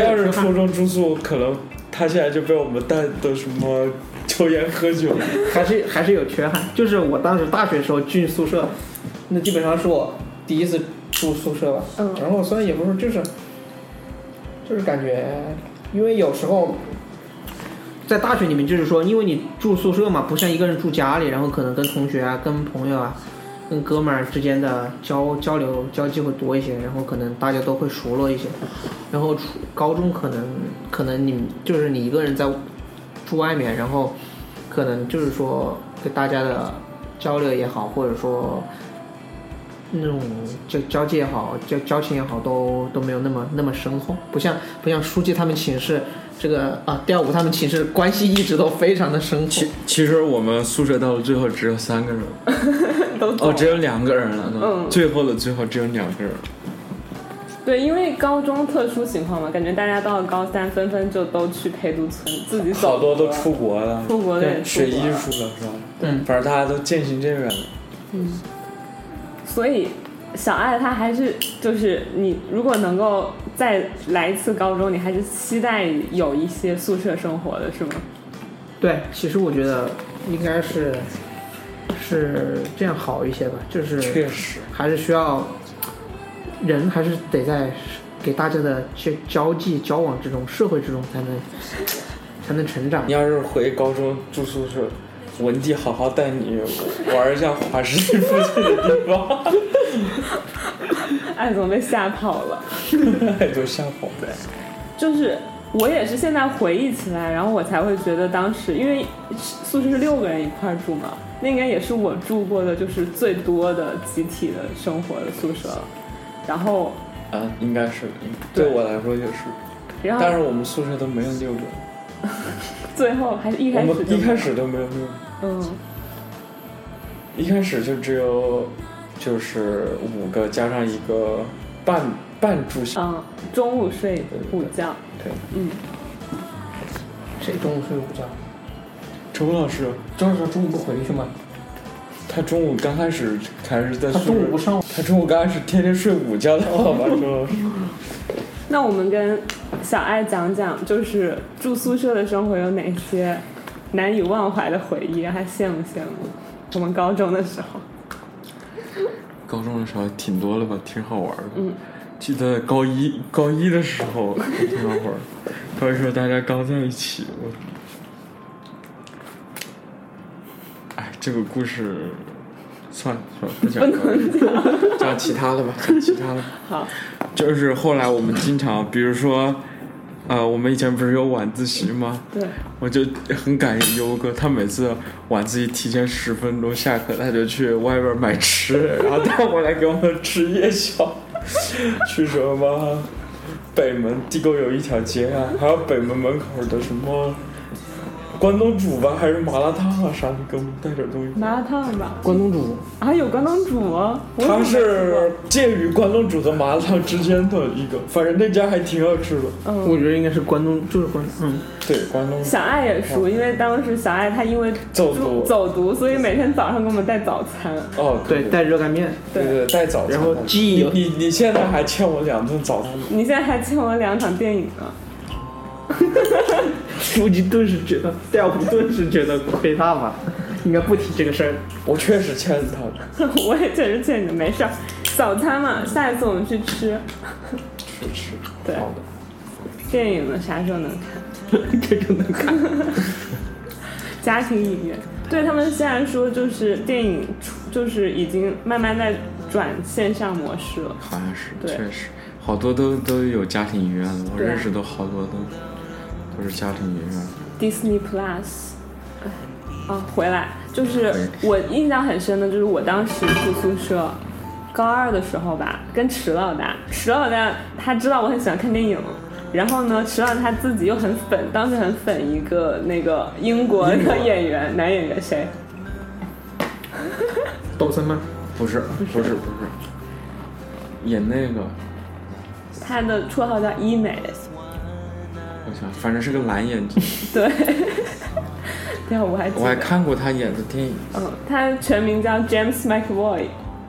[SPEAKER 5] 他
[SPEAKER 6] 有
[SPEAKER 5] 要是
[SPEAKER 6] 缺憾
[SPEAKER 5] 初中住宿，可能他现在就被我们带的什么抽烟喝酒。
[SPEAKER 6] 还是还是有缺憾。就是我当时大学时候进宿舍，那基本上是我第一次住宿舍吧。
[SPEAKER 4] 嗯
[SPEAKER 6] 然后虽然也不是就是，就是感觉，因为有时候在大学里面，就是说，因为你住宿舍嘛，不像一个人住家里，然后可能跟同学啊、跟朋友啊、跟哥们儿之间的交交流交际会多一些，然后可能大家都会熟络一些。然后初高中可能可能你就是你一个人在住外面，然后可能就是说跟大家的交流也好，或者说那种交交际也好，交交情也好，都都没有那么那么深厚，不像不像书记他们寝室这个啊调五他们寝室关系一直都非常的深 厚
[SPEAKER 5] 其。其实我们宿舍到了最后只有三个 人，
[SPEAKER 4] 都懂
[SPEAKER 5] 哦，只有两个人了呢。
[SPEAKER 4] 嗯
[SPEAKER 5] 最后的最后只有两个人。
[SPEAKER 4] 对，因为高中特殊情况嘛，感觉大家到了高三，纷纷就都去陪读村，自己走
[SPEAKER 5] 好多都
[SPEAKER 4] 了
[SPEAKER 5] 出国了，
[SPEAKER 4] 出国的也出
[SPEAKER 5] 学
[SPEAKER 4] 国
[SPEAKER 5] 艺
[SPEAKER 4] 了
[SPEAKER 5] 术了是吧？
[SPEAKER 6] 嗯
[SPEAKER 5] 反正大家都渐行渐远了。
[SPEAKER 4] 所以小爱她还是就是你如果能够再来一次高中，你还是期待有一些宿舍生活的是吗？
[SPEAKER 6] 对，其实我觉得应该是是这样好一些吧，就是
[SPEAKER 5] 确实，
[SPEAKER 6] 还是需要人还是得在给大家的交交际交往之中、社会之中才 能才能成长
[SPEAKER 5] 你。要是回高中住宿舍，文帝好好带你玩一下华师附近的地方，
[SPEAKER 4] 艾总被吓跑了。
[SPEAKER 5] 哎都吓跑了。
[SPEAKER 4] 就是我也是现在回忆起来，然后我才会觉得当时，因为宿舍是六个人一块儿住嘛，那应该也是我住过的就是最多的集体的生活的宿舍了。然后，
[SPEAKER 5] 啊，应该是，应
[SPEAKER 4] 对
[SPEAKER 5] 对我来说也是。
[SPEAKER 4] 然
[SPEAKER 5] 但
[SPEAKER 4] 后
[SPEAKER 5] 是我们宿舍都没有六个人，
[SPEAKER 4] 最后还是一
[SPEAKER 5] 我
[SPEAKER 4] 开始
[SPEAKER 5] 们
[SPEAKER 4] 就
[SPEAKER 5] 一开，始都没有六个人，
[SPEAKER 4] 嗯，
[SPEAKER 5] 一开始就只有就是五个加上一个半半住校。
[SPEAKER 4] 嗯，中午睡午觉，
[SPEAKER 5] 对，
[SPEAKER 4] 嗯，
[SPEAKER 6] 谁中午睡午觉？
[SPEAKER 5] 周老师
[SPEAKER 6] 周老师中午不回去吗？
[SPEAKER 5] 他中午刚开始还是在
[SPEAKER 6] 他
[SPEAKER 5] 宿
[SPEAKER 6] 中午不
[SPEAKER 5] 舍，
[SPEAKER 6] 上
[SPEAKER 5] 他中午刚开始天天睡午觉的，好吧，周老师。
[SPEAKER 4] 那我们跟小爱讲讲，就是住宿舍的生活有哪些难以忘怀的回忆，让她羡慕羡慕我们高中的时候。
[SPEAKER 5] 高中的时候挺多的吧，挺好玩的。
[SPEAKER 4] 嗯，
[SPEAKER 5] 记得高一高一的时候挺好玩儿，高一时候大家刚在一起，我，哎，这个故事算了算了，不讲高一，讲其他的 吧，讲其他的。
[SPEAKER 4] 好，
[SPEAKER 5] 就是后来我们经常，比如说，呃，我们以前不是有晚自习吗？
[SPEAKER 4] 对，
[SPEAKER 5] 我就很感谢优哥，他每次晚自习提前十分钟下课，他就去外边买吃 的，然后带回来给我们吃夜宵，去什么北门地沟油一条街啊，还有北门门口的什么关东煮吧，还是麻辣烫啊啥的，给我们带点东西。
[SPEAKER 4] 麻辣烫吧。
[SPEAKER 6] 关东煮，
[SPEAKER 4] 啊，有关东煮哦，我怎么
[SPEAKER 5] 它
[SPEAKER 4] 没吃过
[SPEAKER 5] 是介于关东煮和麻辣烫之间的一个，反正那家还挺好吃的。
[SPEAKER 6] 我觉得应该是关东，就是关嗯，
[SPEAKER 5] 对，关东煮
[SPEAKER 4] 小爱也熟，因为当时小爱她因为
[SPEAKER 5] 走
[SPEAKER 4] 住
[SPEAKER 5] 读
[SPEAKER 4] 走读，所以每天早上给我们带早餐。
[SPEAKER 5] 哦，
[SPEAKER 6] 对，带热干面，
[SPEAKER 5] 对对对，带早餐的。
[SPEAKER 6] 然后鸡
[SPEAKER 5] 你你你现在还欠我两顿早餐呢。
[SPEAKER 4] 你现在还欠我两场电影呢，
[SPEAKER 6] 书记顿时觉得，调虎顿时觉得亏大发， 应该不提这个事儿。
[SPEAKER 5] 我确实欠他的。
[SPEAKER 4] 我也确实欠你的，没事儿。早餐嘛，下一次我们去吃。
[SPEAKER 5] 是是，
[SPEAKER 4] 对
[SPEAKER 5] 好的。
[SPEAKER 4] 电影呢，啥时候能看？
[SPEAKER 6] 这就能看。
[SPEAKER 4] 家庭影院。对他们现在说，就是电影出就是已经慢慢在转线上模式了。
[SPEAKER 5] 好像是，
[SPEAKER 4] 对
[SPEAKER 5] 确实，好多都都有家庭影院了，我
[SPEAKER 4] 对啊
[SPEAKER 5] 认识的好多都都是家庭影院。
[SPEAKER 4] Disney Plus，哎啊，回来就是我印象很深的，就是我当时住宿舍，高二的时候吧，跟池老大，池老大他知道我很喜欢看电影，然后呢，池老大他自己又很粉，当时很粉一个那个英国的演员，男演员谁？
[SPEAKER 6] 抖森吗？
[SPEAKER 5] 不是，不是，不是，演那个，
[SPEAKER 4] 他的绰号叫医美，
[SPEAKER 5] 我想，反正是个蓝眼 睛，
[SPEAKER 4] 对，对啊，我还记
[SPEAKER 5] 我还
[SPEAKER 4] 得，
[SPEAKER 5] 看过他演的电影。
[SPEAKER 4] 嗯，他全名叫 James McAvoy，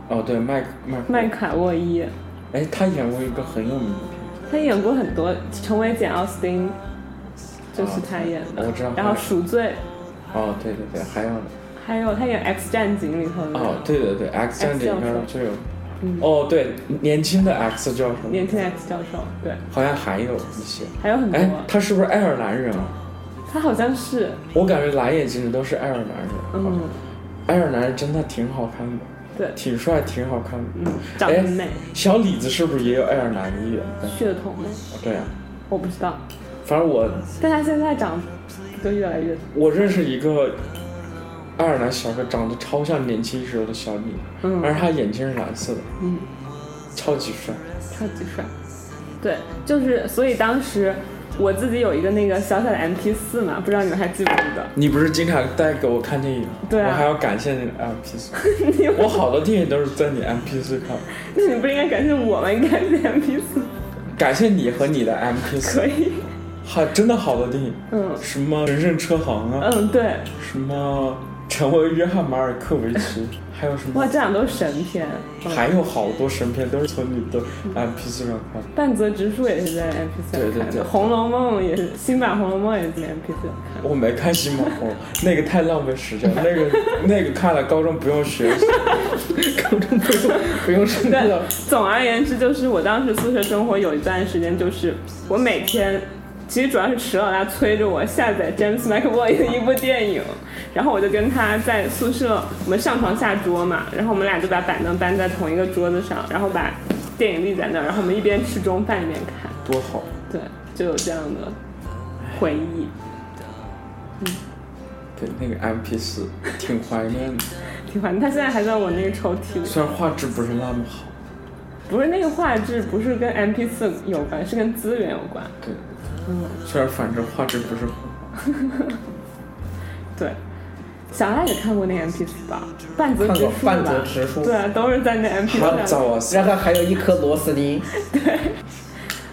[SPEAKER 5] 哦，对，麦克麦克，
[SPEAKER 4] 麦卡沃伊，
[SPEAKER 5] 哎，他演过一个很有名的片，
[SPEAKER 4] 他演过很多，成为简奥斯汀，就是他演的。
[SPEAKER 5] 哦我知道。
[SPEAKER 4] 然后《赎罪
[SPEAKER 5] 哦，对对对，还有
[SPEAKER 4] 嗯
[SPEAKER 5] 呢。》，
[SPEAKER 4] 还有他演《X 战警》里头的、
[SPEAKER 5] 哦，对对对，X 战警里
[SPEAKER 4] 教授嗯
[SPEAKER 5] 边就有。哦，对，年轻的 X 叫什么
[SPEAKER 4] 年？轻 X 教授，对，
[SPEAKER 5] 好像还有一些。
[SPEAKER 4] 还有很多。
[SPEAKER 5] 哎，他是不是爱尔兰人啊？
[SPEAKER 4] 他好像是，
[SPEAKER 5] 我感觉蓝眼睛的都是爱尔兰人，好像
[SPEAKER 4] 嗯，
[SPEAKER 5] 爱尔兰人真的挺好看的，
[SPEAKER 4] 对，
[SPEAKER 5] 挺帅，挺好看的。
[SPEAKER 4] 嗯，长
[SPEAKER 5] 哎
[SPEAKER 4] 得美，
[SPEAKER 5] 小李子是不是也有爱尔兰裔啊？
[SPEAKER 4] 血统美，
[SPEAKER 5] 对啊，
[SPEAKER 4] 我不知道，
[SPEAKER 5] 反正我
[SPEAKER 4] 但他现在长，就越来越
[SPEAKER 5] 我认识一个爱尔兰小哥，长得超像年轻时候的小李，
[SPEAKER 4] 嗯
[SPEAKER 5] 而他眼睛是蓝色的，
[SPEAKER 4] 嗯，
[SPEAKER 5] 超级帅。
[SPEAKER 4] 超级帅。对，就是所以当时我自己有一个那个小小的 MP 四嘛，不知道你们还记不记得？
[SPEAKER 5] 你不是经常带给我看电影吗？
[SPEAKER 4] 对啊
[SPEAKER 5] 我还要感谢那个 M P 四，我好多电影都是在你 M P 四看，
[SPEAKER 4] 那你不是应该感谢我吗？应该感谢 MP 四，
[SPEAKER 5] 感谢你和你的 M P 四
[SPEAKER 4] 可，以。
[SPEAKER 5] 还真的好多电影，
[SPEAKER 4] 嗯
[SPEAKER 5] 什么《神圣车行》啊，
[SPEAKER 4] 嗯，对，
[SPEAKER 5] 什么《成为约翰马尔科维奇》， 还有什
[SPEAKER 4] 哇，
[SPEAKER 5] 么
[SPEAKER 4] 这，两都是神片。嗯
[SPEAKER 5] 还有好多神片都是从你的 M P 四上看的。
[SPEAKER 4] 半泽直树也是在 M P 四
[SPEAKER 5] 对对
[SPEAKER 4] 看
[SPEAKER 5] 对
[SPEAKER 4] 的，《红楼梦》也是新版《红楼梦》也是在 M P 四看的。
[SPEAKER 5] 我没看《新马 红》，那个太浪费时间，那 个那个看了高中不用学习。
[SPEAKER 6] 高中不用不用上课，
[SPEAKER 4] 对，总而言之，就是我当时宿舍生活有一段时间，就是我每天，其实主要是池老大催着我下载 James McAvoy 的一部电影，然后我就跟他在宿舍，我们上床下桌嘛，然后我们俩就把板凳搬在同一个桌子上，然后把电影立在那儿，然后我们一边吃中饭一边看，
[SPEAKER 5] 多好！
[SPEAKER 4] 对，就有这样的回忆，
[SPEAKER 5] 对，那个 M P 四挺怀念的，
[SPEAKER 4] 挺怀念。他现在还在我那个抽屉里。
[SPEAKER 5] 虽然画质不是那么好，
[SPEAKER 4] 不是那个画质，不是跟 MP 四有关，是跟资源有关。
[SPEAKER 5] 对，
[SPEAKER 4] 嗯
[SPEAKER 5] 虽然反正画质不是很好，
[SPEAKER 4] 对，小赖也看过那 MP 四吧？半泽直
[SPEAKER 6] 看过
[SPEAKER 4] 树吧
[SPEAKER 6] 半泽直树
[SPEAKER 4] 对啊，都是在那 MP
[SPEAKER 5] 他
[SPEAKER 4] 四上。
[SPEAKER 5] 早死
[SPEAKER 6] 然后还有一颗螺丝 钉，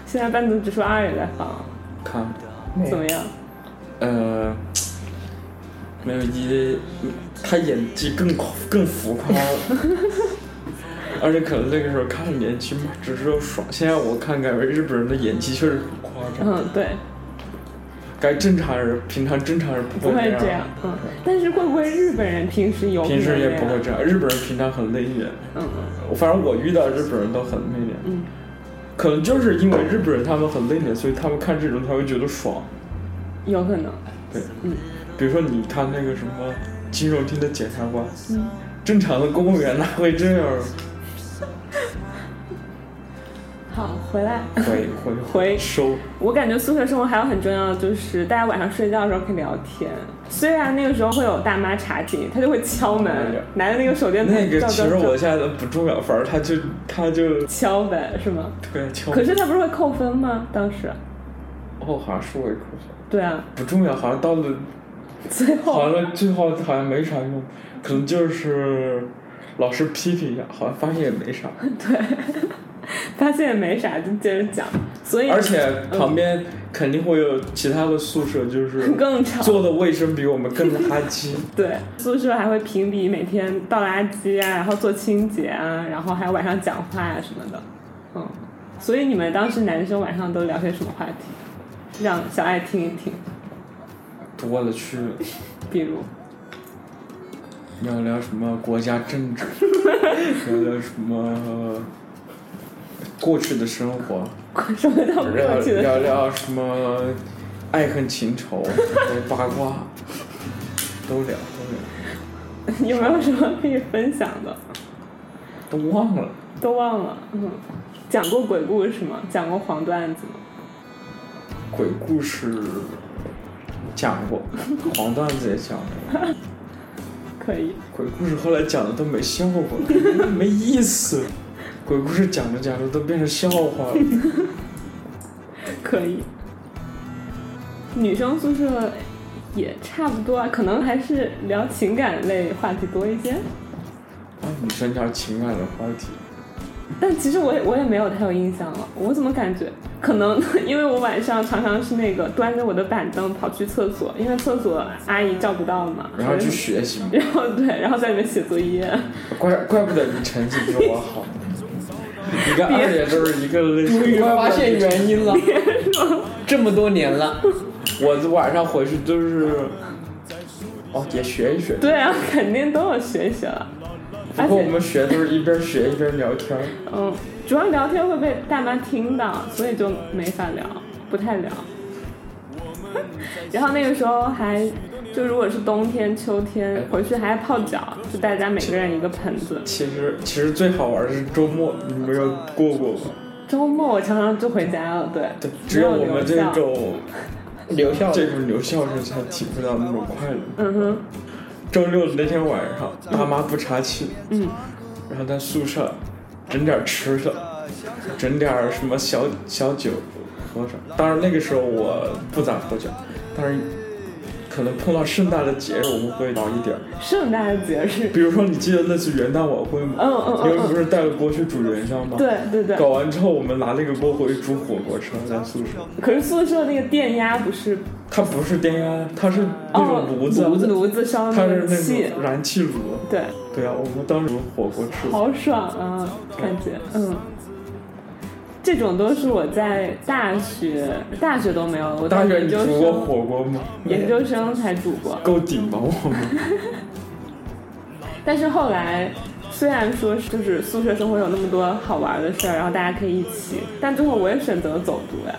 [SPEAKER 4] 现在半泽直树二也在放，
[SPEAKER 5] 看，嗯
[SPEAKER 6] 没有
[SPEAKER 4] 怎么样？
[SPEAKER 5] 呃，没有一，他演技更更浮夸了。 而且可能那个时候看着年轻嘛，只是爽。现在我看感觉日本人的演技确实很夸张，
[SPEAKER 4] 嗯，对，
[SPEAKER 5] 该正常人平常正常人不
[SPEAKER 4] 不
[SPEAKER 5] 会
[SPEAKER 4] 会
[SPEAKER 5] 这
[SPEAKER 4] 这
[SPEAKER 5] 样
[SPEAKER 4] 样。。嗯，但是会不会日本人平时有？
[SPEAKER 5] 平时也不会。这样，日本人平常很内敛。
[SPEAKER 4] 嗯嗯。
[SPEAKER 5] 反正我遇到日本人都很内敛。可能就是因为日本人他们很内敛，所以他们看这种才会觉得爽。
[SPEAKER 4] 有可能，
[SPEAKER 5] 对，比如说你看那个什么金融厅的检察官，
[SPEAKER 4] 嗯
[SPEAKER 5] 正常的公务员哪会这样？
[SPEAKER 4] 好，回来。
[SPEAKER 5] 回回
[SPEAKER 4] 回
[SPEAKER 5] 收，
[SPEAKER 4] 我感觉宿舍生活还有很重要的就是，大家晚上睡觉的时候可以聊天。虽然那个时候会有大妈查寝，她就会敲门
[SPEAKER 5] 哎呀，
[SPEAKER 4] 拿着那个手电筒照
[SPEAKER 5] 那
[SPEAKER 4] 照照，
[SPEAKER 5] 个其实我现在都不重要，反正他就他就
[SPEAKER 4] 敲门是吗？
[SPEAKER 5] 对敲门。
[SPEAKER 4] 可是他不是会扣分吗？当时，
[SPEAKER 5] 哦，好像是我一口
[SPEAKER 4] 对啊，
[SPEAKER 5] 不重要，好像到了
[SPEAKER 4] 最
[SPEAKER 5] 好
[SPEAKER 4] 后
[SPEAKER 5] 像最后好像没啥用，可能就是老师批评一下，好像发现也 没啥。
[SPEAKER 4] 发现也没啥，就接着讲。所以，
[SPEAKER 5] 而且旁边肯定会有其他的宿舍，就是
[SPEAKER 4] 更吵
[SPEAKER 5] 做的卫生比我们更垃圾。
[SPEAKER 4] 对宿舍还会评比每天倒垃圾啊，然后做清洁啊，然后还有晚上讲话啊什么的。嗯，所以你们当时男生晚上都聊些什么话题？让小爱听一听，
[SPEAKER 5] 多了去了，
[SPEAKER 4] 比如
[SPEAKER 5] 聊聊什么国家 政治，聊聊什么过去的生活，
[SPEAKER 4] 什么叫
[SPEAKER 5] 聊
[SPEAKER 4] 过去的
[SPEAKER 5] 聊聊什么爱恨 情仇、八卦，都聊都
[SPEAKER 4] 有没有什么可以分享的？
[SPEAKER 5] 聊，都忘了。
[SPEAKER 4] 都忘了。嗯，讲过鬼故事吗？讲过黄段子吗？
[SPEAKER 5] 鬼故事讲过，黄段子也讲过，
[SPEAKER 4] 可以。
[SPEAKER 5] 鬼故事后来讲的都没效果，了，没意思。鬼故事讲着讲着都变成笑话 了。
[SPEAKER 4] 可以。女生宿舍也差不多啊，可能还是聊情感类话题多一些。
[SPEAKER 5] 啊，女生聊情感的话题，
[SPEAKER 4] 但其实我也我也没有太有印象了，我怎么感觉？可能 因为我晚上常常是那个端着我的板凳跑去厕所，因为厕所阿姨照不到嘛，
[SPEAKER 5] 然后
[SPEAKER 4] 所
[SPEAKER 5] 去
[SPEAKER 4] 以
[SPEAKER 5] 学习嘛。
[SPEAKER 4] 然后对，然后在里面写作业。
[SPEAKER 5] 怪怪不得你成绩比我好，一个二也就是一个类
[SPEAKER 6] 终于
[SPEAKER 5] 型。
[SPEAKER 6] 发现原因了， 这么多年了，
[SPEAKER 5] 我晚上回去就是，哦，也学一学。
[SPEAKER 4] 对啊，肯定都有学习了。
[SPEAKER 5] 不过我们学都是一边学一边聊天，
[SPEAKER 4] 嗯，主要聊天会被大妈听到，所以就没法聊，不太聊。然后那个时候还，就如果是冬天、秋
[SPEAKER 5] 哎
[SPEAKER 4] 天回去还泡脚，就大家每个人一个盆子。
[SPEAKER 5] 其实其实最好玩的是周末，你没有过过吗？
[SPEAKER 4] 周末我常常就回家了，对，
[SPEAKER 5] 对，只有我
[SPEAKER 4] 没
[SPEAKER 5] 们
[SPEAKER 4] 留
[SPEAKER 5] 这
[SPEAKER 4] 校
[SPEAKER 5] 种
[SPEAKER 6] 留校
[SPEAKER 5] 这种留校之前体会到那种快乐。
[SPEAKER 4] 嗯哼，
[SPEAKER 5] 周六那天晚上，爸妈不查寝，
[SPEAKER 4] 嗯，
[SPEAKER 5] 然后在宿舍整点吃的，整点儿什么小小酒喝上。当然那个时候我不咋喝酒，但是可能碰到盛大的节日我们会熬一点儿。
[SPEAKER 4] 盛大的节日，
[SPEAKER 5] 比如说你记得那次元旦晚会吗？
[SPEAKER 4] 嗯嗯
[SPEAKER 5] 你们
[SPEAKER 4] 嗯
[SPEAKER 5] 不是带个锅去煮元宵吗？。
[SPEAKER 4] 对对对。
[SPEAKER 5] 搞完之后，我们拿那个锅回去煮火锅吃，在宿舍。
[SPEAKER 4] 可是宿舍那个电压不是
[SPEAKER 5] 它不是电压，它是那
[SPEAKER 4] 哦，
[SPEAKER 5] 种炉子，啊
[SPEAKER 4] 炉子炉子烧
[SPEAKER 5] 它
[SPEAKER 4] 那
[SPEAKER 5] 是
[SPEAKER 4] 个
[SPEAKER 5] 那
[SPEAKER 4] 气，
[SPEAKER 5] 种燃气炉。
[SPEAKER 4] 对，
[SPEAKER 5] 对啊，我们当时火锅吃，
[SPEAKER 4] 好爽啊，感觉嗯。这种都是我在大学，大学都没有，我到
[SPEAKER 5] 大学
[SPEAKER 4] 研
[SPEAKER 5] 你
[SPEAKER 4] 究
[SPEAKER 5] 煮过
[SPEAKER 4] 生
[SPEAKER 5] 火锅吗？
[SPEAKER 4] 研究生才煮过。
[SPEAKER 5] 够顶吧我们？
[SPEAKER 4] 但是后来，虽然说就是宿舍生活有那么多好玩的事儿，然后大家可以一起，但最后我也选择了走读呀。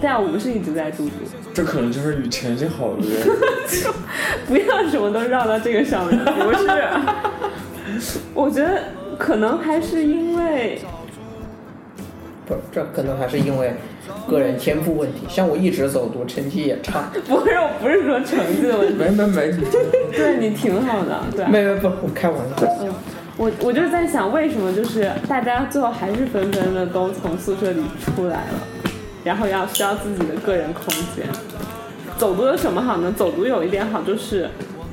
[SPEAKER 4] 但我不是一直在住读，
[SPEAKER 5] 这可能就是你前期好的原因。
[SPEAKER 4] 不要什么都绕到这个上面，不 是。我觉得可能还是因为
[SPEAKER 6] 不，这可能还是因为个人天赋问题。像我一直走读，成绩也差。
[SPEAKER 4] 不是，我不是说成绩的问题，
[SPEAKER 6] 没 没没
[SPEAKER 4] 对你挺好的，对。 啊
[SPEAKER 6] 没没不，我开玩笑。
[SPEAKER 4] 我我就是在想，为什么就是大家最后还是纷纷的都从宿舍里出来了，然后要需要自己的个人空间。走读有什么好呢？走读有一点好就是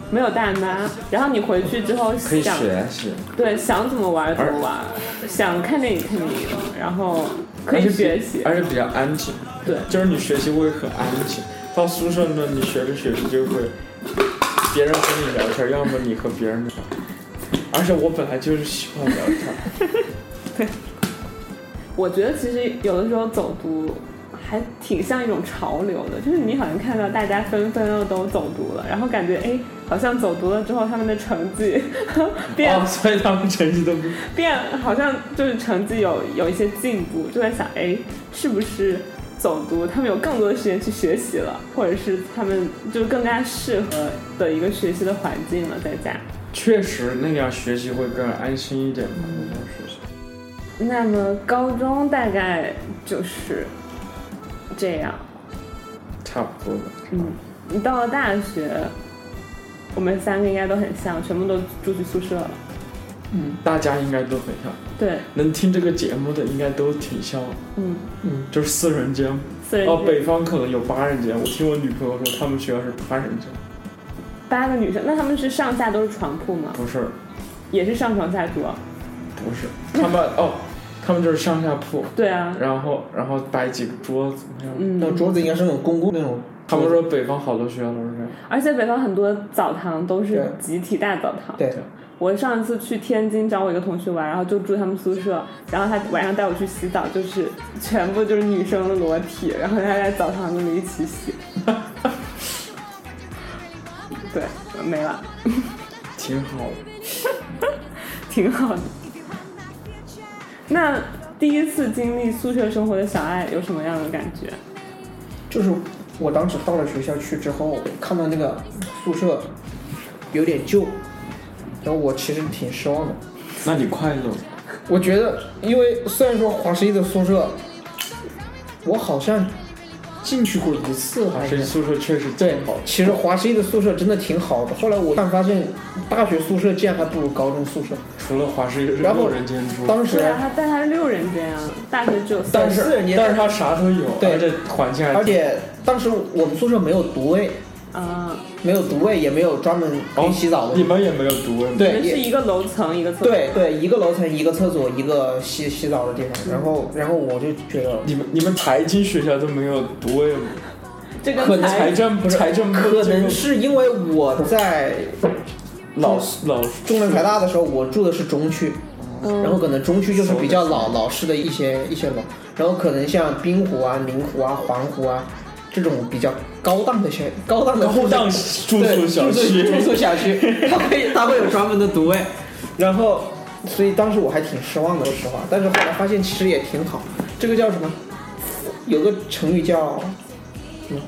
[SPEAKER 4] 没有大妈，然后你回去之后
[SPEAKER 5] 可以
[SPEAKER 4] 想
[SPEAKER 5] 学习，
[SPEAKER 4] 对想怎么玩怎么玩，想看电影看电影，然后可以学习。
[SPEAKER 5] 而且比较安静。
[SPEAKER 4] 对，
[SPEAKER 5] 就是你学习会很安静，到宿舍呢，你学着学着就会，别人和你聊天，要么你和别人聊。而且我本来就是喜欢聊天，
[SPEAKER 4] 我觉得其实有的时候走读还挺像一种潮流的，就是你好像看到大家纷纷地都走读了，然后感觉哎，好像走读了之后他们的成绩 变、
[SPEAKER 5] 哦，所以他们成绩都不
[SPEAKER 4] 变，好像就是成绩有有一些进步，就在想哎，是不是走读他们有更多的时间去学习了，或者是他们就更加适合的一个学习的环境了，在家。
[SPEAKER 5] 确实那样学习会更安心一点嘛，那样学习。
[SPEAKER 4] 那么高中大概就是这样。
[SPEAKER 5] 差不多吧。
[SPEAKER 4] 嗯，你到了大学，我们三个应该都很像，全部都住去宿舍了。
[SPEAKER 5] 大家应该都很像，
[SPEAKER 4] 对，
[SPEAKER 5] 能听这个节目的应该都挺像，
[SPEAKER 4] 嗯，
[SPEAKER 5] 就是四人间。
[SPEAKER 4] 四人
[SPEAKER 5] 哦，
[SPEAKER 4] 间
[SPEAKER 5] 北方可能有八人间，我听我女朋友说他们学校是八人间，
[SPEAKER 4] 八个女生，那她们是上下都是床铺吗？
[SPEAKER 5] 不是，
[SPEAKER 4] 也是上床下住啊？
[SPEAKER 5] 不是，他们哦，他们就是上下铺，
[SPEAKER 4] 对啊，
[SPEAKER 5] 然后然后摆几个桌子那样。
[SPEAKER 4] 嗯
[SPEAKER 6] 那，桌子应该是那种公共那种，
[SPEAKER 5] 他们说北方好多学校都是这样，
[SPEAKER 4] 而且北方很多澡堂都是
[SPEAKER 6] 对
[SPEAKER 4] 集体大澡堂。
[SPEAKER 6] 对，
[SPEAKER 4] 我上一次去天津找我一个同学玩，然后就住他们宿舍，然后他晚上带我去洗澡，就是全部就是女生的裸体，然后他在澡堂子里一起洗。 对，没了。
[SPEAKER 5] 挺好的。
[SPEAKER 4] 挺好的。那第一次经历宿舍生活的小爱有什么样的感觉？
[SPEAKER 6] 就是我当时到了学校去之后，看到那个宿舍有点旧，然后我其实挺失望的。
[SPEAKER 5] 那你快乐？
[SPEAKER 6] 我觉得，因为虽然说华十一的宿舍，我好像进去过一次，还
[SPEAKER 5] 这
[SPEAKER 6] 是
[SPEAKER 5] 宿舍确实
[SPEAKER 6] 对
[SPEAKER 5] 最好，。
[SPEAKER 6] 其实华十一的宿舍真的挺好的。后来我但发现，大学宿舍竟然还不如高中宿舍。
[SPEAKER 5] 除了华师是
[SPEAKER 6] 然后
[SPEAKER 5] 六人间住，
[SPEAKER 6] 当时
[SPEAKER 4] 对啊，他但他是六人间啊，大学只有三
[SPEAKER 6] 但
[SPEAKER 4] 人。
[SPEAKER 6] 是四人间
[SPEAKER 5] 但是他啥都有，
[SPEAKER 6] 对
[SPEAKER 5] 而且环境还
[SPEAKER 6] 而且当时我们宿舍没有独卫，
[SPEAKER 4] 啊，
[SPEAKER 6] 没有独卫，也没有专门可以洗澡的
[SPEAKER 5] 哦你
[SPEAKER 6] 地方。
[SPEAKER 5] 们也没有哎独卫吗？
[SPEAKER 4] 你
[SPEAKER 6] 对，
[SPEAKER 4] 们
[SPEAKER 6] 也
[SPEAKER 4] 是一个楼层一个厕所。
[SPEAKER 6] 对对，一个楼层一个厕所一个洗洗澡的地方，然后然后我就觉得
[SPEAKER 5] 你们你们财经学校都没有独卫吗？
[SPEAKER 4] 这
[SPEAKER 6] 可
[SPEAKER 4] 跟
[SPEAKER 6] 能
[SPEAKER 5] 财
[SPEAKER 4] 才
[SPEAKER 5] 政不是财政部
[SPEAKER 6] 可
[SPEAKER 5] 这个
[SPEAKER 6] 能是因为我在
[SPEAKER 5] 老老
[SPEAKER 6] 中南财大的时候，我住的是中区，然后可能中区就是比较老老式的一些一些楼，然后可能像滨湖啊、宁湖啊、环湖啊这种比较高档的小高档的
[SPEAKER 5] 高档住
[SPEAKER 6] 对
[SPEAKER 5] 宿小区
[SPEAKER 6] 住宿住宿小区， 它会它会有专门的独卫，然后所以当时我还挺失望的，说实话，但是后来发现其实也挺好，这个叫什么？有个成语叫什么？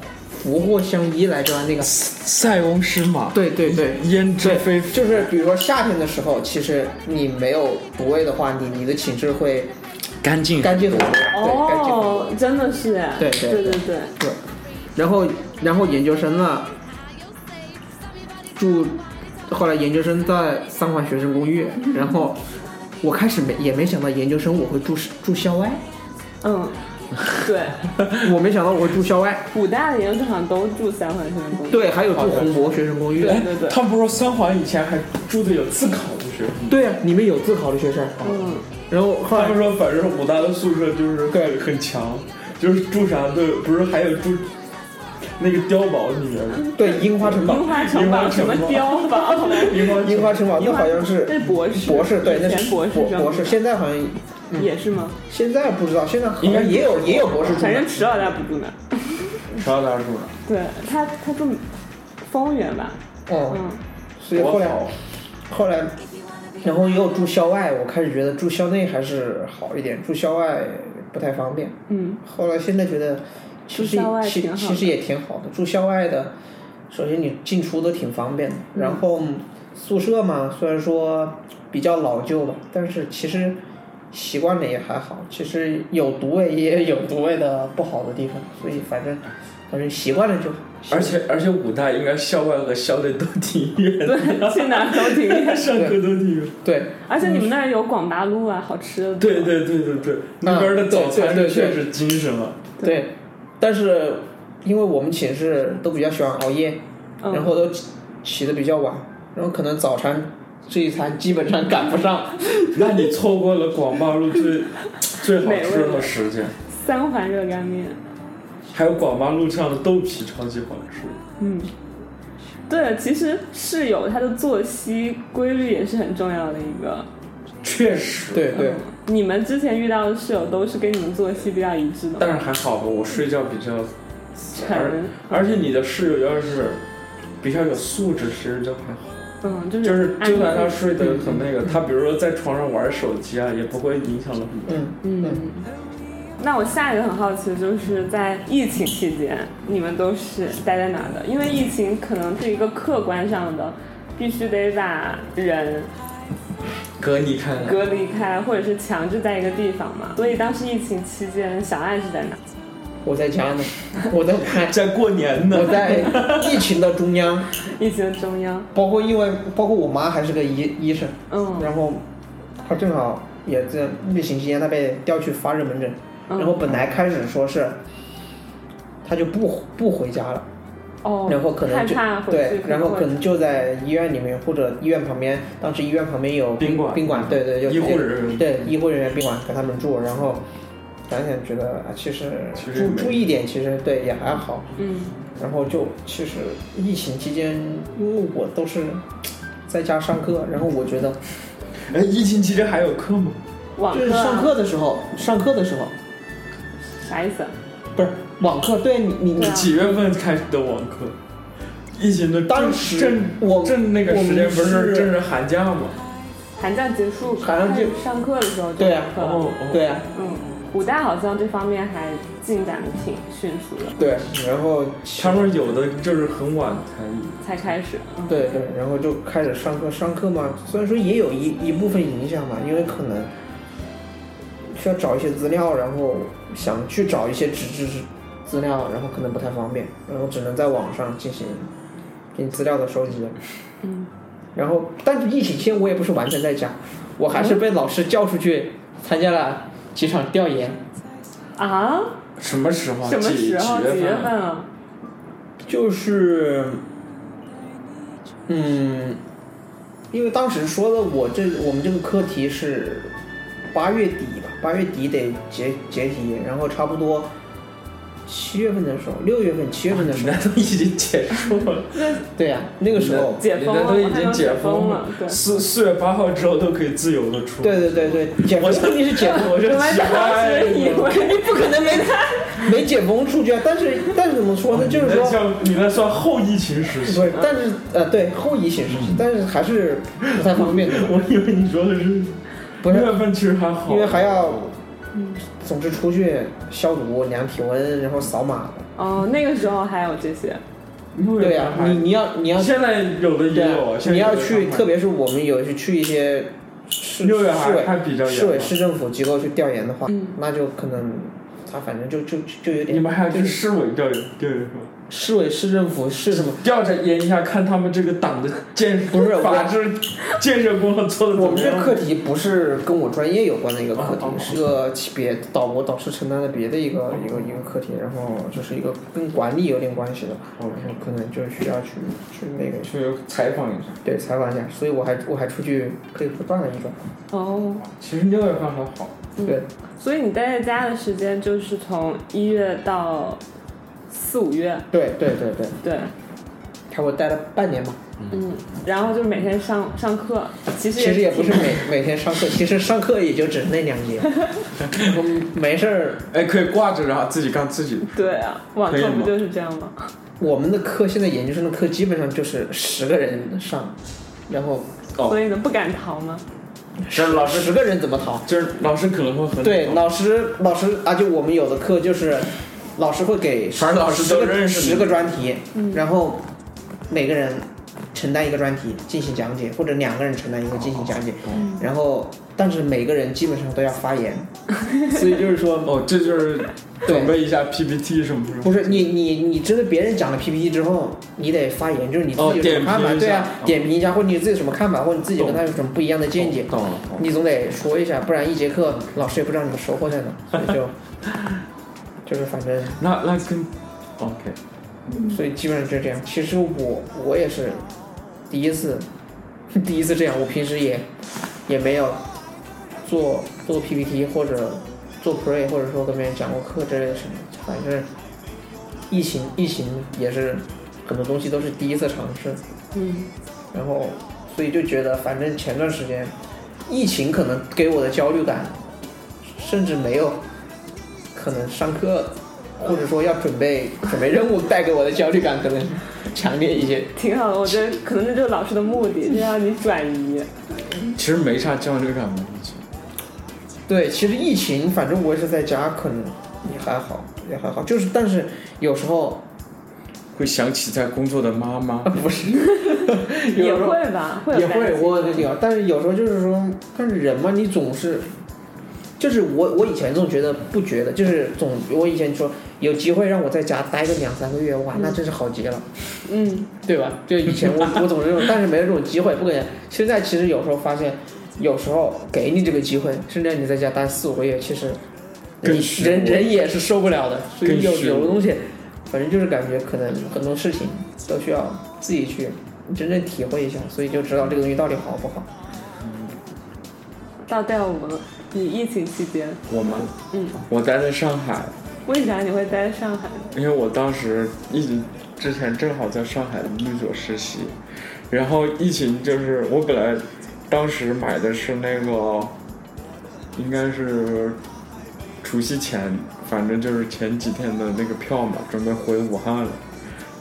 [SPEAKER 6] 福祸相依来着，那个
[SPEAKER 5] 塞翁失马，
[SPEAKER 6] 对对对，
[SPEAKER 5] 焉知
[SPEAKER 6] 对，
[SPEAKER 5] 非福？
[SPEAKER 6] 就是比如说夏天的时候，其实你没有补位的话，你你的寝室会
[SPEAKER 5] 干净
[SPEAKER 6] 干净很多，对，干净很多。
[SPEAKER 4] 哦，真的是哎。
[SPEAKER 6] 对
[SPEAKER 4] 对
[SPEAKER 6] 对
[SPEAKER 4] 对对。
[SPEAKER 6] 对，然后然后研究生了，住，后来研究生在三环学生公寓，然后我开始没也没想到研究生我会住住校外，
[SPEAKER 4] 嗯，对，
[SPEAKER 6] 我没想到我会住校外，
[SPEAKER 4] 武大的研究生好像都住三环学生公寓。
[SPEAKER 6] 对，还有住红博学生公寓，
[SPEAKER 4] 对
[SPEAKER 5] 哎，他们不是说三环以前还住的有自考的学生吗？
[SPEAKER 6] 对啊，里面有自考的学生，
[SPEAKER 4] 嗯，
[SPEAKER 6] 然后后
[SPEAKER 5] 他
[SPEAKER 6] 来
[SPEAKER 5] 们说反正武大的宿舍就是盖的很强，就是住啥都有，不是还有住那个碉堡里面的
[SPEAKER 6] 对樱花城堡，
[SPEAKER 4] 樱花城堡
[SPEAKER 5] 樱花
[SPEAKER 4] 什
[SPEAKER 5] 城
[SPEAKER 4] 么
[SPEAKER 5] 堡
[SPEAKER 4] 碉 堡？
[SPEAKER 5] 樱花
[SPEAKER 6] 樱花城堡那好像是
[SPEAKER 4] 那博士，
[SPEAKER 6] 博士，对，那
[SPEAKER 4] 以
[SPEAKER 6] 是
[SPEAKER 4] 前博士生
[SPEAKER 6] 博士，现在好像
[SPEAKER 4] 也是吗？
[SPEAKER 6] 现在不知道，现在好像也有也有博士住
[SPEAKER 4] 反
[SPEAKER 6] 的
[SPEAKER 4] 正，迟老大不住那儿，
[SPEAKER 5] 啥大树呢？
[SPEAKER 4] 对他他住丰原吧？
[SPEAKER 6] 嗯，
[SPEAKER 4] 嗯，
[SPEAKER 6] 所以后来后来，然后也有住校外，我开始觉得住校内还是好一点，住校外不太方便。
[SPEAKER 4] 嗯，
[SPEAKER 6] 后来现在觉得其实
[SPEAKER 4] 住校外
[SPEAKER 6] 其
[SPEAKER 4] 挺好的
[SPEAKER 6] 其实也挺好的，住校外的，首先你进出都挺方便的，
[SPEAKER 4] 嗯
[SPEAKER 6] 然后宿舍嘛，虽然说比较老旧吧，但是其实。习惯了也还好，其实有独卫也有独卫的不好的地方，所以反正反正习惯了就好。
[SPEAKER 5] 而且而且武大应该校外和校内都挺远的，
[SPEAKER 4] 对，去哪儿都挺 远。
[SPEAKER 5] 上课都挺远。
[SPEAKER 6] 对，
[SPEAKER 4] 而且你们那儿有广八路啊，好吃的。
[SPEAKER 5] 对对对对对，那边的早餐是确实精神啊了。
[SPEAKER 6] 对，但是因为我们寝室都比较喜欢熬夜，
[SPEAKER 4] 嗯
[SPEAKER 6] 然后都起起的比较晚，然后可能早餐这一餐基本上赶不上。
[SPEAKER 5] 那你错过了广坝路最最好吃的时间，
[SPEAKER 4] 三环热干面。
[SPEAKER 5] 还有广坝路上的豆皮超级好吃。
[SPEAKER 4] 嗯，对，其实室友他的作息规律也是很重要的一个。
[SPEAKER 5] 确实，
[SPEAKER 6] 对对，
[SPEAKER 4] 你们之前遇到的室友都是跟你们作息比较一致的吗，
[SPEAKER 5] 但是还好吧，我睡觉比较，而
[SPEAKER 4] 很
[SPEAKER 5] 而且你的室友要是比较有素质，其实就还好。
[SPEAKER 4] 嗯，就是
[SPEAKER 5] 就是
[SPEAKER 4] 按
[SPEAKER 5] 就算他睡得很那个，他比如说在床上玩手机啊，也不会影响到很多。
[SPEAKER 6] 嗯，
[SPEAKER 4] 嗯。那我下一个很好奇，的就是在疫情期间，你们都是待在哪儿的？因为疫情可能是一个客观上的，必须得把人
[SPEAKER 5] 哥，你看看，
[SPEAKER 4] 隔离开，或者是强制在一个地方嘛。所以当时疫情期间，小爱是在哪？
[SPEAKER 6] 我在家 呢，我在武汉
[SPEAKER 5] 在过年呢
[SPEAKER 6] 我，在疫情的中央，
[SPEAKER 4] 疫情的中央，
[SPEAKER 6] 包括因为包括我妈还是个医医生，
[SPEAKER 4] 嗯
[SPEAKER 6] 然后她正好也在疫情期间她被调去发热门诊，
[SPEAKER 4] 嗯
[SPEAKER 6] 然后本来开始说是。她就不不回家了，
[SPEAKER 4] 哦，
[SPEAKER 6] 然后可能
[SPEAKER 4] 害
[SPEAKER 6] 就
[SPEAKER 4] 怕回去
[SPEAKER 6] 对，
[SPEAKER 4] 会
[SPEAKER 6] 然后可
[SPEAKER 4] 会
[SPEAKER 6] 能就在医院里面或者医院旁边，当时医院旁边有
[SPEAKER 5] 宾馆
[SPEAKER 6] 宾馆对对，有
[SPEAKER 5] 医护人员
[SPEAKER 6] 对医护人员宾馆给他们住，然后想想觉得啊，其实
[SPEAKER 5] 其实也
[SPEAKER 6] 住
[SPEAKER 5] 没
[SPEAKER 6] 住一点其实对也还好，
[SPEAKER 4] 嗯
[SPEAKER 6] 然后就其实疫情期间，因为我都是在家上课，然后我觉得
[SPEAKER 5] 哎，疫情期间还有课吗？
[SPEAKER 4] 网
[SPEAKER 6] 就是
[SPEAKER 4] 课、啊、
[SPEAKER 6] 上课的时候，上课的时候
[SPEAKER 4] 啥意思啊？
[SPEAKER 6] 不是网课，对你你
[SPEAKER 4] 对
[SPEAKER 6] 你
[SPEAKER 4] 啊
[SPEAKER 5] 几月份开始的网课？疫情的
[SPEAKER 6] 当
[SPEAKER 5] 正
[SPEAKER 6] 时
[SPEAKER 5] 正
[SPEAKER 6] 我
[SPEAKER 5] 正那个时间不
[SPEAKER 6] 我们
[SPEAKER 5] 是
[SPEAKER 6] 是
[SPEAKER 5] 正是寒假吗？
[SPEAKER 4] 寒假结束，
[SPEAKER 6] 寒假结
[SPEAKER 4] 开始上课的时候就
[SPEAKER 6] 对啊
[SPEAKER 4] 有课了
[SPEAKER 5] 哦，哦
[SPEAKER 6] 对啊。
[SPEAKER 4] 嗯，武大好像这方面还进展的挺迅速的，
[SPEAKER 6] 对，然后其
[SPEAKER 5] 他们有的就是很晚才
[SPEAKER 4] 才开始。嗯、
[SPEAKER 6] 对对，然后就开始上课，上课嘛，虽然说也有一一部分影响嘛，因为可能需要找一些资料，然后想去找一些纸质资料，然后可能不太方便，然后只能在网上进行进行资料的收集。
[SPEAKER 4] 嗯，
[SPEAKER 6] 然后但是疫情期间我也不是完全在家，我还
[SPEAKER 4] 哦
[SPEAKER 6] 是被老师叫出去参加了几场调研，
[SPEAKER 4] 啊，
[SPEAKER 5] 什么时候？
[SPEAKER 4] 什么时候？
[SPEAKER 5] 几
[SPEAKER 4] 几
[SPEAKER 5] 月
[SPEAKER 4] 月
[SPEAKER 5] 份
[SPEAKER 4] 份
[SPEAKER 5] 啊？
[SPEAKER 4] 啊？
[SPEAKER 6] 就是嗯，因为当时说的我这我们这个课题是八月底吧，八月底得结结题，然后差不多七月份的时候，六月份、七月份的
[SPEAKER 5] 你
[SPEAKER 6] 时候
[SPEAKER 5] 那， 都已经结束了，
[SPEAKER 6] 对呀、那个时候，
[SPEAKER 4] 解封
[SPEAKER 5] 你
[SPEAKER 4] 了
[SPEAKER 5] 那都已经解
[SPEAKER 4] 我看到解封
[SPEAKER 5] 了
[SPEAKER 4] 了。对
[SPEAKER 5] 四四月八号之后都可以自由的出。
[SPEAKER 6] 对对对对，解封
[SPEAKER 5] 我想
[SPEAKER 6] 肯定是解封，
[SPEAKER 5] 我就
[SPEAKER 4] 我 们
[SPEAKER 5] 奇
[SPEAKER 4] 当
[SPEAKER 5] 怪
[SPEAKER 4] 时以
[SPEAKER 5] 了。
[SPEAKER 4] 为
[SPEAKER 6] 不可能没没解封出去啊，但是 但是怎么说呢，就
[SPEAKER 5] 你
[SPEAKER 6] 是
[SPEAKER 5] 那
[SPEAKER 6] 说。
[SPEAKER 5] 叫你那算后疫情时期
[SPEAKER 6] 不，是，但是呃，对后疫情时期，但是还是不太方便的。
[SPEAKER 5] 我以为你说的是
[SPEAKER 6] 不是
[SPEAKER 5] 六月份，其实还好，
[SPEAKER 6] 因为还要，嗯总之出去消毒、量体温，然后扫码。
[SPEAKER 4] 哦，那个时候还有这些，
[SPEAKER 5] 六
[SPEAKER 6] 对
[SPEAKER 5] 月
[SPEAKER 6] 呀、
[SPEAKER 5] 份还
[SPEAKER 6] 你你要你要
[SPEAKER 5] 啊现在有的
[SPEAKER 6] 对
[SPEAKER 5] 也有，
[SPEAKER 6] 啊
[SPEAKER 5] 啊，，现在
[SPEAKER 6] 你要
[SPEAKER 5] 有的
[SPEAKER 6] 去，
[SPEAKER 5] 还
[SPEAKER 6] 特别是我们有去去一些市
[SPEAKER 5] 六月
[SPEAKER 6] 市
[SPEAKER 5] 还还
[SPEAKER 6] 委
[SPEAKER 5] 比较
[SPEAKER 6] 市委
[SPEAKER 5] 严。
[SPEAKER 6] 市政府机构去调研的话，
[SPEAKER 4] 嗯
[SPEAKER 6] 那就可能他反正就就就有点。
[SPEAKER 5] 你们还要
[SPEAKER 6] 就
[SPEAKER 5] 去
[SPEAKER 6] 是
[SPEAKER 5] 市委调研调研吗？
[SPEAKER 6] 市委市政府是什么？
[SPEAKER 5] 调查研一下，看他们这个党的建
[SPEAKER 6] 不是我
[SPEAKER 5] 法治建设工作做的
[SPEAKER 6] 我
[SPEAKER 5] 怎
[SPEAKER 6] 们
[SPEAKER 5] 么
[SPEAKER 6] 这
[SPEAKER 5] 样？
[SPEAKER 6] 个课题不是跟我专业有关的一个课题
[SPEAKER 5] 啊啊，啊
[SPEAKER 6] 是个别导我导师承担的别的一个一个一个课题，然后就是一个跟管理有点关系的，然后可能就需要去去那个
[SPEAKER 5] 去采访一下。
[SPEAKER 6] 对采访一下，所以我还我还出去可以不断的一转，
[SPEAKER 4] 哦，
[SPEAKER 5] 其实六月份还好，
[SPEAKER 6] 对，
[SPEAKER 4] 所以你待在家的时间就是从一月到四五月，
[SPEAKER 6] 对对对对，
[SPEAKER 4] 对，
[SPEAKER 6] 差不多待了半年吧。
[SPEAKER 4] 嗯，然后就每天上上课，其实
[SPEAKER 6] 其实也不
[SPEAKER 4] 挺
[SPEAKER 6] 是每每天上课，其实上课也就只是那两节，然后没事儿。
[SPEAKER 5] 哎，可以挂着，然后自己干自己的。
[SPEAKER 4] 对啊，网
[SPEAKER 5] 可以
[SPEAKER 4] 课
[SPEAKER 5] 吗
[SPEAKER 4] 不就是这样吗？
[SPEAKER 6] 我们的课现在研究生的课基本上就是十个人上，然后
[SPEAKER 5] 哦
[SPEAKER 4] 所以呢，不敢逃吗？
[SPEAKER 5] 这老师
[SPEAKER 6] 十个人怎么逃？
[SPEAKER 5] 就是老师可能会很
[SPEAKER 6] 对，老师老师，而且我们有的课就是老师会给十
[SPEAKER 5] 反正老师
[SPEAKER 6] 十
[SPEAKER 5] 都
[SPEAKER 6] 个
[SPEAKER 5] 认识你
[SPEAKER 6] 十个专题，然后每个人承担一个专题进行讲解，或者两个人承担一个进行讲解，然后但是每个人基本上都要发言，所以就是说
[SPEAKER 5] 哦，这就是
[SPEAKER 6] 对
[SPEAKER 5] 准备一下 PPT 什么什么。
[SPEAKER 6] 不是你你你针对别人讲了 PPT 之后，你得发言，就是你自
[SPEAKER 5] 哦
[SPEAKER 6] 己有什么
[SPEAKER 5] 点评
[SPEAKER 6] 看法，
[SPEAKER 5] 一下
[SPEAKER 6] 对啊，
[SPEAKER 5] 哦
[SPEAKER 6] 点评一下，或者你自己有什么看法，或者你自己跟他有什么不一样的见解，
[SPEAKER 5] 懂了，懂了
[SPEAKER 6] 你总得说一下，不然一节课老师也不知道你的收获在哪，所以就就是反正，
[SPEAKER 5] 那那跟 OK，
[SPEAKER 6] 所以基本上就这样。其实我我也是第一次 第一次这样，我平时也也没有做做 PPT 或者做 pre 或者说跟别人讲过课之类的事情，反正疫情疫情也是很多东西都是第一次尝试，
[SPEAKER 4] 嗯，
[SPEAKER 6] 然后所以就觉得反正前段时间疫情可能给我的焦虑感，甚至没有可能上课或者说要准备准备任务带给我的焦虑感可能强烈一些。
[SPEAKER 4] 挺好的，我觉得可能这就是老师的目的，就让你转移。
[SPEAKER 5] 其实没啥焦虑感嘛，已经。
[SPEAKER 6] 对，其实疫情，反正我也是在家，可能也还好，也还好。就是，但是有时候
[SPEAKER 5] 会想起在工作的妈妈
[SPEAKER 6] 啊，，不 是，有
[SPEAKER 4] 也
[SPEAKER 6] 时候
[SPEAKER 4] 会吧，会有
[SPEAKER 6] 也
[SPEAKER 4] 担
[SPEAKER 6] 会
[SPEAKER 4] 心
[SPEAKER 6] 我有，但是有时候就是说，但是人嘛，你总是，就是我我以前总觉得不觉得，就是总我以前说有机会让我在家待个两三个月，哇，那真是好极了，
[SPEAKER 4] 嗯，
[SPEAKER 6] 对吧？就以前我我总是这种，但是没有这种机会，不给。现在其实有时候发现，有时候给你这个机会，甚至让你在家待四五个月，其实
[SPEAKER 5] 更
[SPEAKER 6] 人
[SPEAKER 5] 虚
[SPEAKER 6] 人
[SPEAKER 5] 无
[SPEAKER 6] 人也是受不了的。所以
[SPEAKER 5] 更
[SPEAKER 6] 有
[SPEAKER 5] 虚
[SPEAKER 6] 有
[SPEAKER 5] 无
[SPEAKER 6] 的东西，反正就是感觉可能很多事情都需要自己去真正体会一下，所以就知道这个东西到底好不好。
[SPEAKER 4] 倒带我们，你疫情期间，
[SPEAKER 5] 我妈，
[SPEAKER 4] 嗯，
[SPEAKER 5] 我待在上海，
[SPEAKER 4] 为啥你会待在上海？
[SPEAKER 5] 因为我当时疫情之前正好在上海的律所实习，然后疫情就是我本来当时买的是那个，应该是除夕前，反正就是前几天的那个票嘛，准备回武汉了。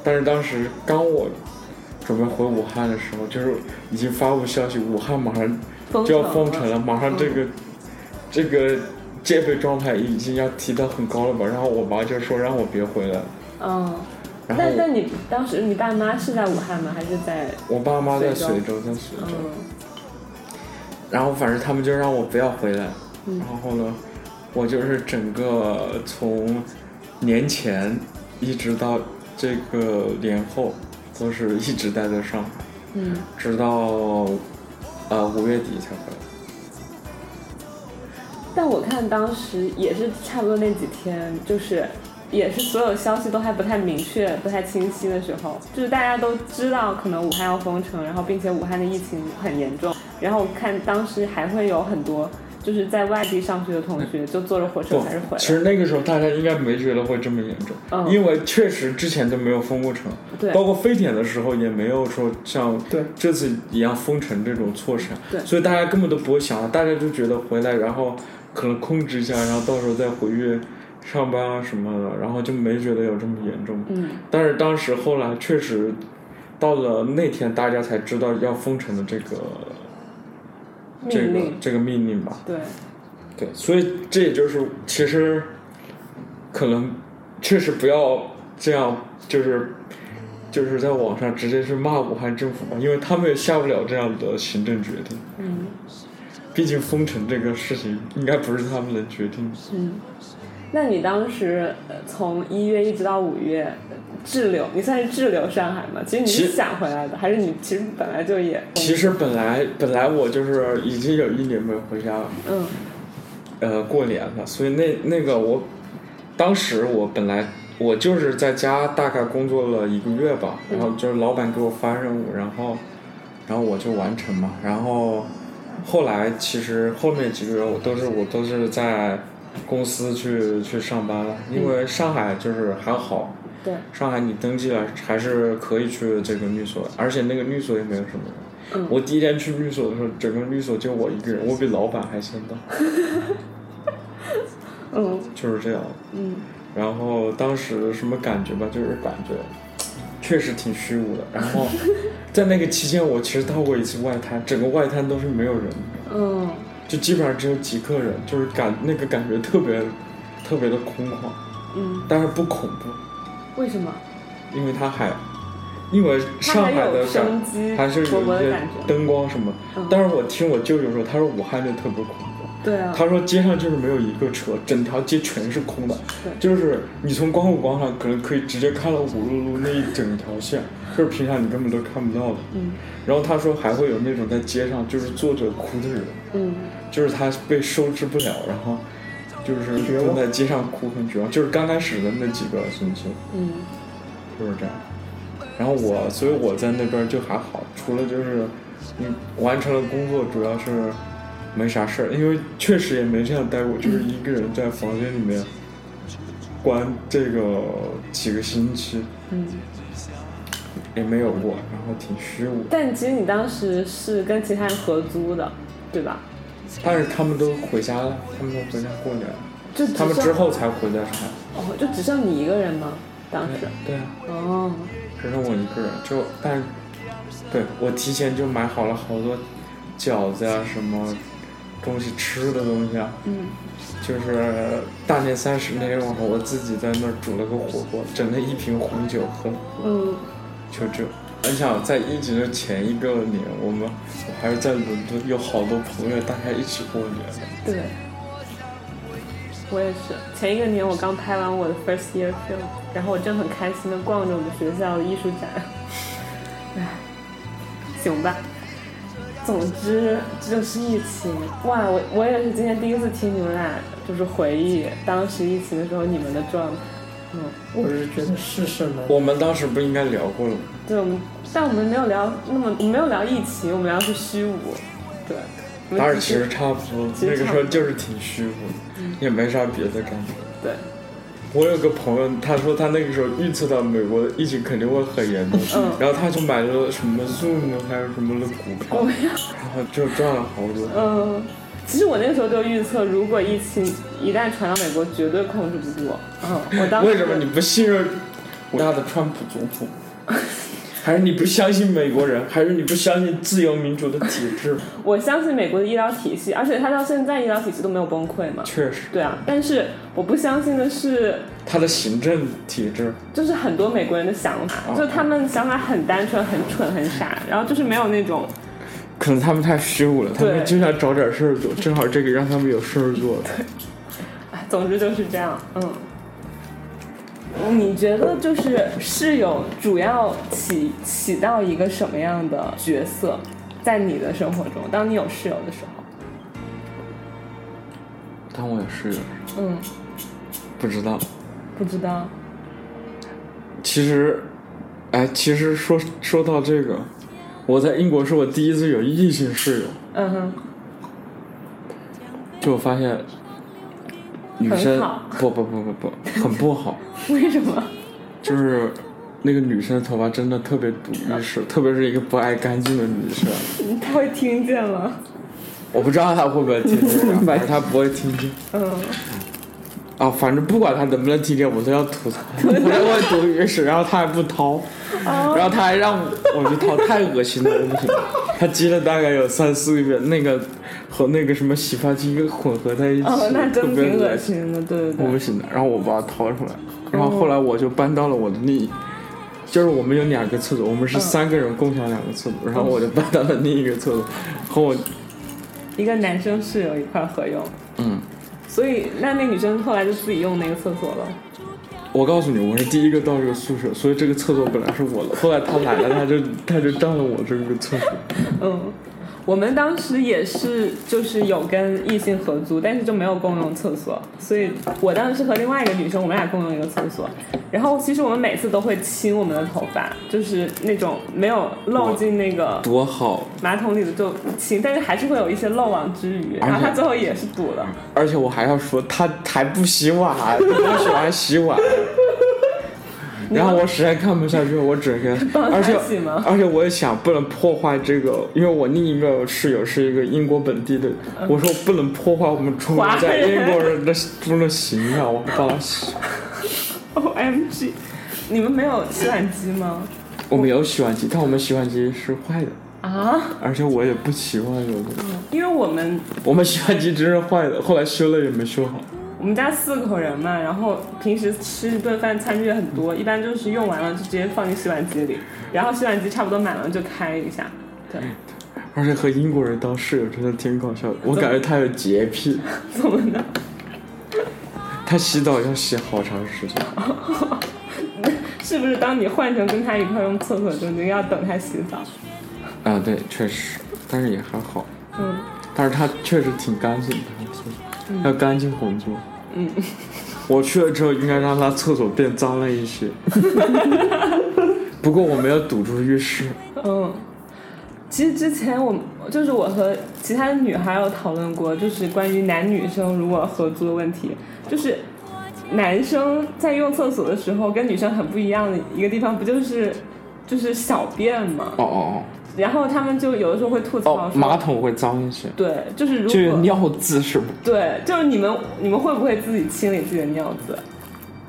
[SPEAKER 5] 但是当时刚我准备回武汉的时候，就是已经发布消息，武汉马上
[SPEAKER 4] 封
[SPEAKER 5] 就
[SPEAKER 4] 城
[SPEAKER 5] 要封城了，马上这
[SPEAKER 4] 嗯
[SPEAKER 5] 个、这个戒备状态已经要提到很高了吧？然后我妈就说让我别回来，
[SPEAKER 4] 嗯，
[SPEAKER 5] 然后
[SPEAKER 4] 那那你当时你爸妈是在武汉吗？还是在？
[SPEAKER 5] 我爸妈在
[SPEAKER 4] 随
[SPEAKER 5] 随
[SPEAKER 4] 州
[SPEAKER 5] 州，在随州，
[SPEAKER 4] 嗯
[SPEAKER 5] 然后反正他们就让我不要回来，
[SPEAKER 4] 嗯
[SPEAKER 5] 然后呢，我就是整个从年前一直到这个年后，都是一直待在上海，
[SPEAKER 4] 嗯，
[SPEAKER 5] 直到呃五月底才回来。
[SPEAKER 4] 但我看当时也是差不多那几天，就是也是所有消息都还不太明确、不太清晰的时候，就是大家都知道可能武汉要封城，然后并且武汉的疫情很严重，然后我看当时还会有很多就是在外地上学的同学就坐着火车还是
[SPEAKER 5] 不，
[SPEAKER 4] 回
[SPEAKER 5] 其
[SPEAKER 4] 来，
[SPEAKER 5] 实那个时候大家应该没觉得会这么严重，
[SPEAKER 4] 嗯
[SPEAKER 5] 因为确实之前都没有封过城，
[SPEAKER 4] 对
[SPEAKER 5] 包括非典的时候也没有说像
[SPEAKER 6] 对
[SPEAKER 5] 这次一样封城这种措施，
[SPEAKER 4] 对
[SPEAKER 5] 所以大家根本都不会想，大家就觉得回来然后可能控制一下，然后到时候再回去上班啊什么的，然后就没觉得有这么严重。
[SPEAKER 4] 嗯，
[SPEAKER 5] 但是当时后来确实到了那天，大家才知道要封城的这个这
[SPEAKER 4] 命
[SPEAKER 5] 个
[SPEAKER 4] 令，
[SPEAKER 5] 这个命令吧。
[SPEAKER 4] 对，
[SPEAKER 5] 对，所以这也就是其实可能确实不要这样，就是就是在网上直接去骂武汉政府吧，因为他们也下不了这样的行政决定。
[SPEAKER 4] 嗯
[SPEAKER 5] 毕竟封城这个事情应该不是他们能决定的。
[SPEAKER 4] 嗯，那你当时呃从一月一直到五月呃滞留，你算是滞留上海吗？其实你
[SPEAKER 5] 其
[SPEAKER 4] 是
[SPEAKER 5] 实
[SPEAKER 4] 想回来的，还是你其实本来就也
[SPEAKER 5] 其实本来本来我就是已经有一年没回家了，
[SPEAKER 4] 嗯
[SPEAKER 5] 呃，过年了，所以那那个我，当时我本来我就是在家大概工作了一个月吧，然
[SPEAKER 4] 嗯
[SPEAKER 5] 后就是老板给我发任务，然后然后我就完成嘛，然后后来其实后面几个月我都是我都是在公司去去上班了，因为上海就是还好。
[SPEAKER 4] 嗯对
[SPEAKER 5] 上海你登记了还是可以去这个律所，而且那个律所也没有什么人。
[SPEAKER 4] 嗯
[SPEAKER 5] 我第一天去律所的时候，整个律所就我一个人，我比老板还先到，
[SPEAKER 4] 嗯
[SPEAKER 5] 就是这样。
[SPEAKER 4] 嗯
[SPEAKER 5] 然后当时什么感觉吧，就是感觉确实挺虚无的。然后在那个期间，我其实到过一次外滩，整个外滩都是没有人的，
[SPEAKER 4] 嗯
[SPEAKER 5] 就基本上只有几个人，就是感那个感觉特别特别的空旷，
[SPEAKER 4] 嗯，
[SPEAKER 5] 但是不恐怖，
[SPEAKER 4] 为什么？
[SPEAKER 5] 因为它还，因为上海的
[SPEAKER 4] 它还有生机
[SPEAKER 5] 感还是有
[SPEAKER 4] 勃勃
[SPEAKER 5] 一
[SPEAKER 4] 的
[SPEAKER 5] 些
[SPEAKER 4] 感觉
[SPEAKER 5] 灯光什么
[SPEAKER 4] 嗯。
[SPEAKER 5] 但是我听我舅舅说，他说武汉就特别恐怖。
[SPEAKER 4] 对啊，
[SPEAKER 5] 他说街上就是没有一个车，整条街全是空的
[SPEAKER 4] 对，
[SPEAKER 5] 就是你从光复广场可能可以直接看到五路路那一整条线，就是平常你根本都看不到的。
[SPEAKER 4] 嗯
[SPEAKER 5] 然后他说还会有那种在街上就是坐着哭的人，
[SPEAKER 4] 嗯
[SPEAKER 5] 就是他被收治不了，然后就是蹲在街上哭很绝望，就是刚开始的那几个星期。
[SPEAKER 4] 嗯
[SPEAKER 5] 就是这样。然后我，所以我在那边就还好，除了就是你完成了工作，主要是没啥事儿，因为确实也没这样待过，就是一个人在房间里面关这个几个星期
[SPEAKER 4] 嗯。
[SPEAKER 5] 也没有过，然后挺虚无的。
[SPEAKER 4] 但其实你当时是跟其他人合租的，对吧？
[SPEAKER 5] 但是他们都回家了，他们都回家过年了，
[SPEAKER 4] 就只
[SPEAKER 5] 他们
[SPEAKER 4] 剩
[SPEAKER 5] 之后才回家上海。
[SPEAKER 4] 哦，就只剩你一个人吗？当时
[SPEAKER 5] 对啊，
[SPEAKER 4] 哦，
[SPEAKER 5] 只剩我一个人，就但是对我提前就买好了好多饺子啊，什么东西吃的东西啊，
[SPEAKER 4] 嗯
[SPEAKER 5] 就是大年三十那天晚上，我自己在那儿煮了个火锅，整了一瓶红酒喝，
[SPEAKER 4] 嗯
[SPEAKER 5] 就这。你想，在疫情的前一个年，我们我还是在伦敦，有好多朋友，大家一起过年的。
[SPEAKER 4] 对，我也是。前一个年我刚拍完我的 first year film，然后我正很开心的逛着我们学校的艺术展，唉，行吧。总之这就是疫情哇！我我也是今天第一次听你们俩就是回忆当时疫情的时候你们的状态，嗯，
[SPEAKER 6] 我是觉得是什么？
[SPEAKER 5] 我们当时不应该聊过了吗？
[SPEAKER 4] 对，我们但我们没有聊那么，我们没有聊疫情，我们聊的是虚无，对。我们
[SPEAKER 5] 但是
[SPEAKER 4] 只
[SPEAKER 5] 其实差不多，
[SPEAKER 4] 其
[SPEAKER 5] 那
[SPEAKER 4] 实
[SPEAKER 5] 个
[SPEAKER 4] 差不
[SPEAKER 5] 时
[SPEAKER 4] 多嗯
[SPEAKER 5] 候就是挺虚无的，也没啥别的感觉。
[SPEAKER 4] 对，
[SPEAKER 5] 我有个朋友，他说他那个时候预测到美国的疫情肯定会很严重，
[SPEAKER 4] 嗯
[SPEAKER 5] 然后他就买了什么 Zoom 啊还有什么的股票，然后就赚了好多。
[SPEAKER 4] 嗯，其实我那个时候就预测，如果疫情一旦传到美国，绝对控制不住。嗯，我当时
[SPEAKER 5] 为什么你不信任伟大的川普总 统？还是你不相信美国人？还是你不相信自由民主的体 制？
[SPEAKER 4] 我相信美国的医疗体系，而且它到现在医疗体系都没有崩溃嘛。
[SPEAKER 5] 确实，
[SPEAKER 4] 对啊，但是我不相信的是，
[SPEAKER 5] 他的行政体制，
[SPEAKER 4] 就是很多美国人的想
[SPEAKER 5] 哦
[SPEAKER 4] 法，就他们想法很单纯、很蠢、很傻，然后就是没有那种
[SPEAKER 5] 可能他们太虚无了，他
[SPEAKER 4] 对
[SPEAKER 5] 们就想找点事儿做，正好这个让他们有事儿做。
[SPEAKER 4] 总之就是这样，嗯。你觉得就是室友主要起起到一个什么样的角色，在你的生活中？当你有室友的时候，
[SPEAKER 5] 但我也是
[SPEAKER 4] 嗯，
[SPEAKER 5] 不知道。
[SPEAKER 4] 不知道，
[SPEAKER 5] 其实，哎，其实说说到这个，我在英国是我第一次有异性室友，
[SPEAKER 4] 嗯哼，
[SPEAKER 5] 就我发现女
[SPEAKER 4] 很
[SPEAKER 5] 生
[SPEAKER 4] 好
[SPEAKER 5] 不不不不不很不好，
[SPEAKER 4] 为什么？
[SPEAKER 5] 就是那个女生的头发真的特别堵浴室，特别是一个不爱干净的女生，
[SPEAKER 4] 他会听见吗？
[SPEAKER 5] 我不知道她会不会听 见，反正她不会听见
[SPEAKER 4] 嗯，
[SPEAKER 5] 啊，反正不管她能不能听见，我都要 吐槽，我就会堵浴室，然后她还不掏，
[SPEAKER 4] 哦
[SPEAKER 5] 然后她还让我去掏，太恶心了，我不行。她接了大概有三四个月，那个和那个什么洗发精混合在一起，
[SPEAKER 4] 哦，那真
[SPEAKER 5] 特别
[SPEAKER 4] 挺恶
[SPEAKER 5] 恶心。
[SPEAKER 4] 心的，哦对对
[SPEAKER 5] 我不
[SPEAKER 4] 对，
[SPEAKER 5] 行的，然后我把它掏出来，然后后来我就搬到了我的另一，就是我们有两个厕所，我们
[SPEAKER 4] 嗯
[SPEAKER 5] 是三个人共享两个厕所，然后我就搬到了另一个厕所，和我
[SPEAKER 4] 一个男生室友一块儿合用，
[SPEAKER 5] 嗯，
[SPEAKER 4] 所以那那女生后来就自己用那个厕所了。
[SPEAKER 5] 我告诉你，我是第一个到这个宿舍，所以这个厕所本来是我的。后来他来了，他就他就占了我这个厕所。
[SPEAKER 4] 嗯，我们当时也是就是有跟异性合租，但是就没有共用厕所，所以我当时是和另外一个女生，我们俩共用一个厕所。然后其实我们每次都会亲我们的头发，就是那种没有漏进那个
[SPEAKER 5] 多好！
[SPEAKER 4] 马桶里的就亲，但是还是会有一些漏网之鱼。然后她最后也是堵了，
[SPEAKER 5] 而且我还要说，他还不洗碗，他不喜欢洗碗。然后我实在看不下去，我只跟，
[SPEAKER 4] 帮他
[SPEAKER 5] 而且
[SPEAKER 4] 洗吗
[SPEAKER 5] 而且我也想不能破坏这个，因为我另一个室友是一个英国本地的，我说不能破坏我们中国
[SPEAKER 4] 嗯华
[SPEAKER 5] 在
[SPEAKER 4] 人
[SPEAKER 5] 英国人的 中的形象，我不帮他洗。
[SPEAKER 4] O 哦 M G！你们没有洗碗机吗？
[SPEAKER 5] 我们有洗碗机，但我们洗碗机是坏的，
[SPEAKER 4] 啊，
[SPEAKER 5] 而且我也不喜欢有的。
[SPEAKER 4] 因为我们
[SPEAKER 5] 我们洗碗机真是坏的，后来修了也没修好。
[SPEAKER 4] 我们家四口人嘛，然后平时吃一顿饭餐具也很多，一般就是用完了就直接放进洗碗机里，然后洗碗机差不多满了就开一下。对，
[SPEAKER 5] 而且和英国人当室友真的挺搞笑的，我感觉他有洁癖，
[SPEAKER 4] 怎么的？
[SPEAKER 5] 他洗澡要洗好长时间。
[SPEAKER 4] 哦是不是当你换成跟他一块儿用厕所之后，你就要等他洗澡？
[SPEAKER 5] 啊，对，确实，但是也还好，
[SPEAKER 4] 嗯，
[SPEAKER 5] 但是他确实挺干净的，他的厕所要干净工作。
[SPEAKER 4] 嗯，
[SPEAKER 5] 我去了之后应该让他厕所变脏了 一些，不过我没有堵住浴室。
[SPEAKER 4] 嗯，其实之前我就是我和其他的女孩有讨论过，就是关于男女生如果合租的问题，就是男生在用厕所的时候跟女生很不一样的一个地方，不就是就是小便吗？
[SPEAKER 5] 哦哦
[SPEAKER 4] 然后他们就有的时候会吐
[SPEAKER 5] 哦，
[SPEAKER 4] 槽
[SPEAKER 5] 哦，
[SPEAKER 4] 说，
[SPEAKER 5] 马桶会脏一些，
[SPEAKER 4] 对，就是如
[SPEAKER 5] 就是
[SPEAKER 4] 果
[SPEAKER 5] 尿渍是吗？
[SPEAKER 4] 对，就是你们你们会不会自己清理自己的尿渍？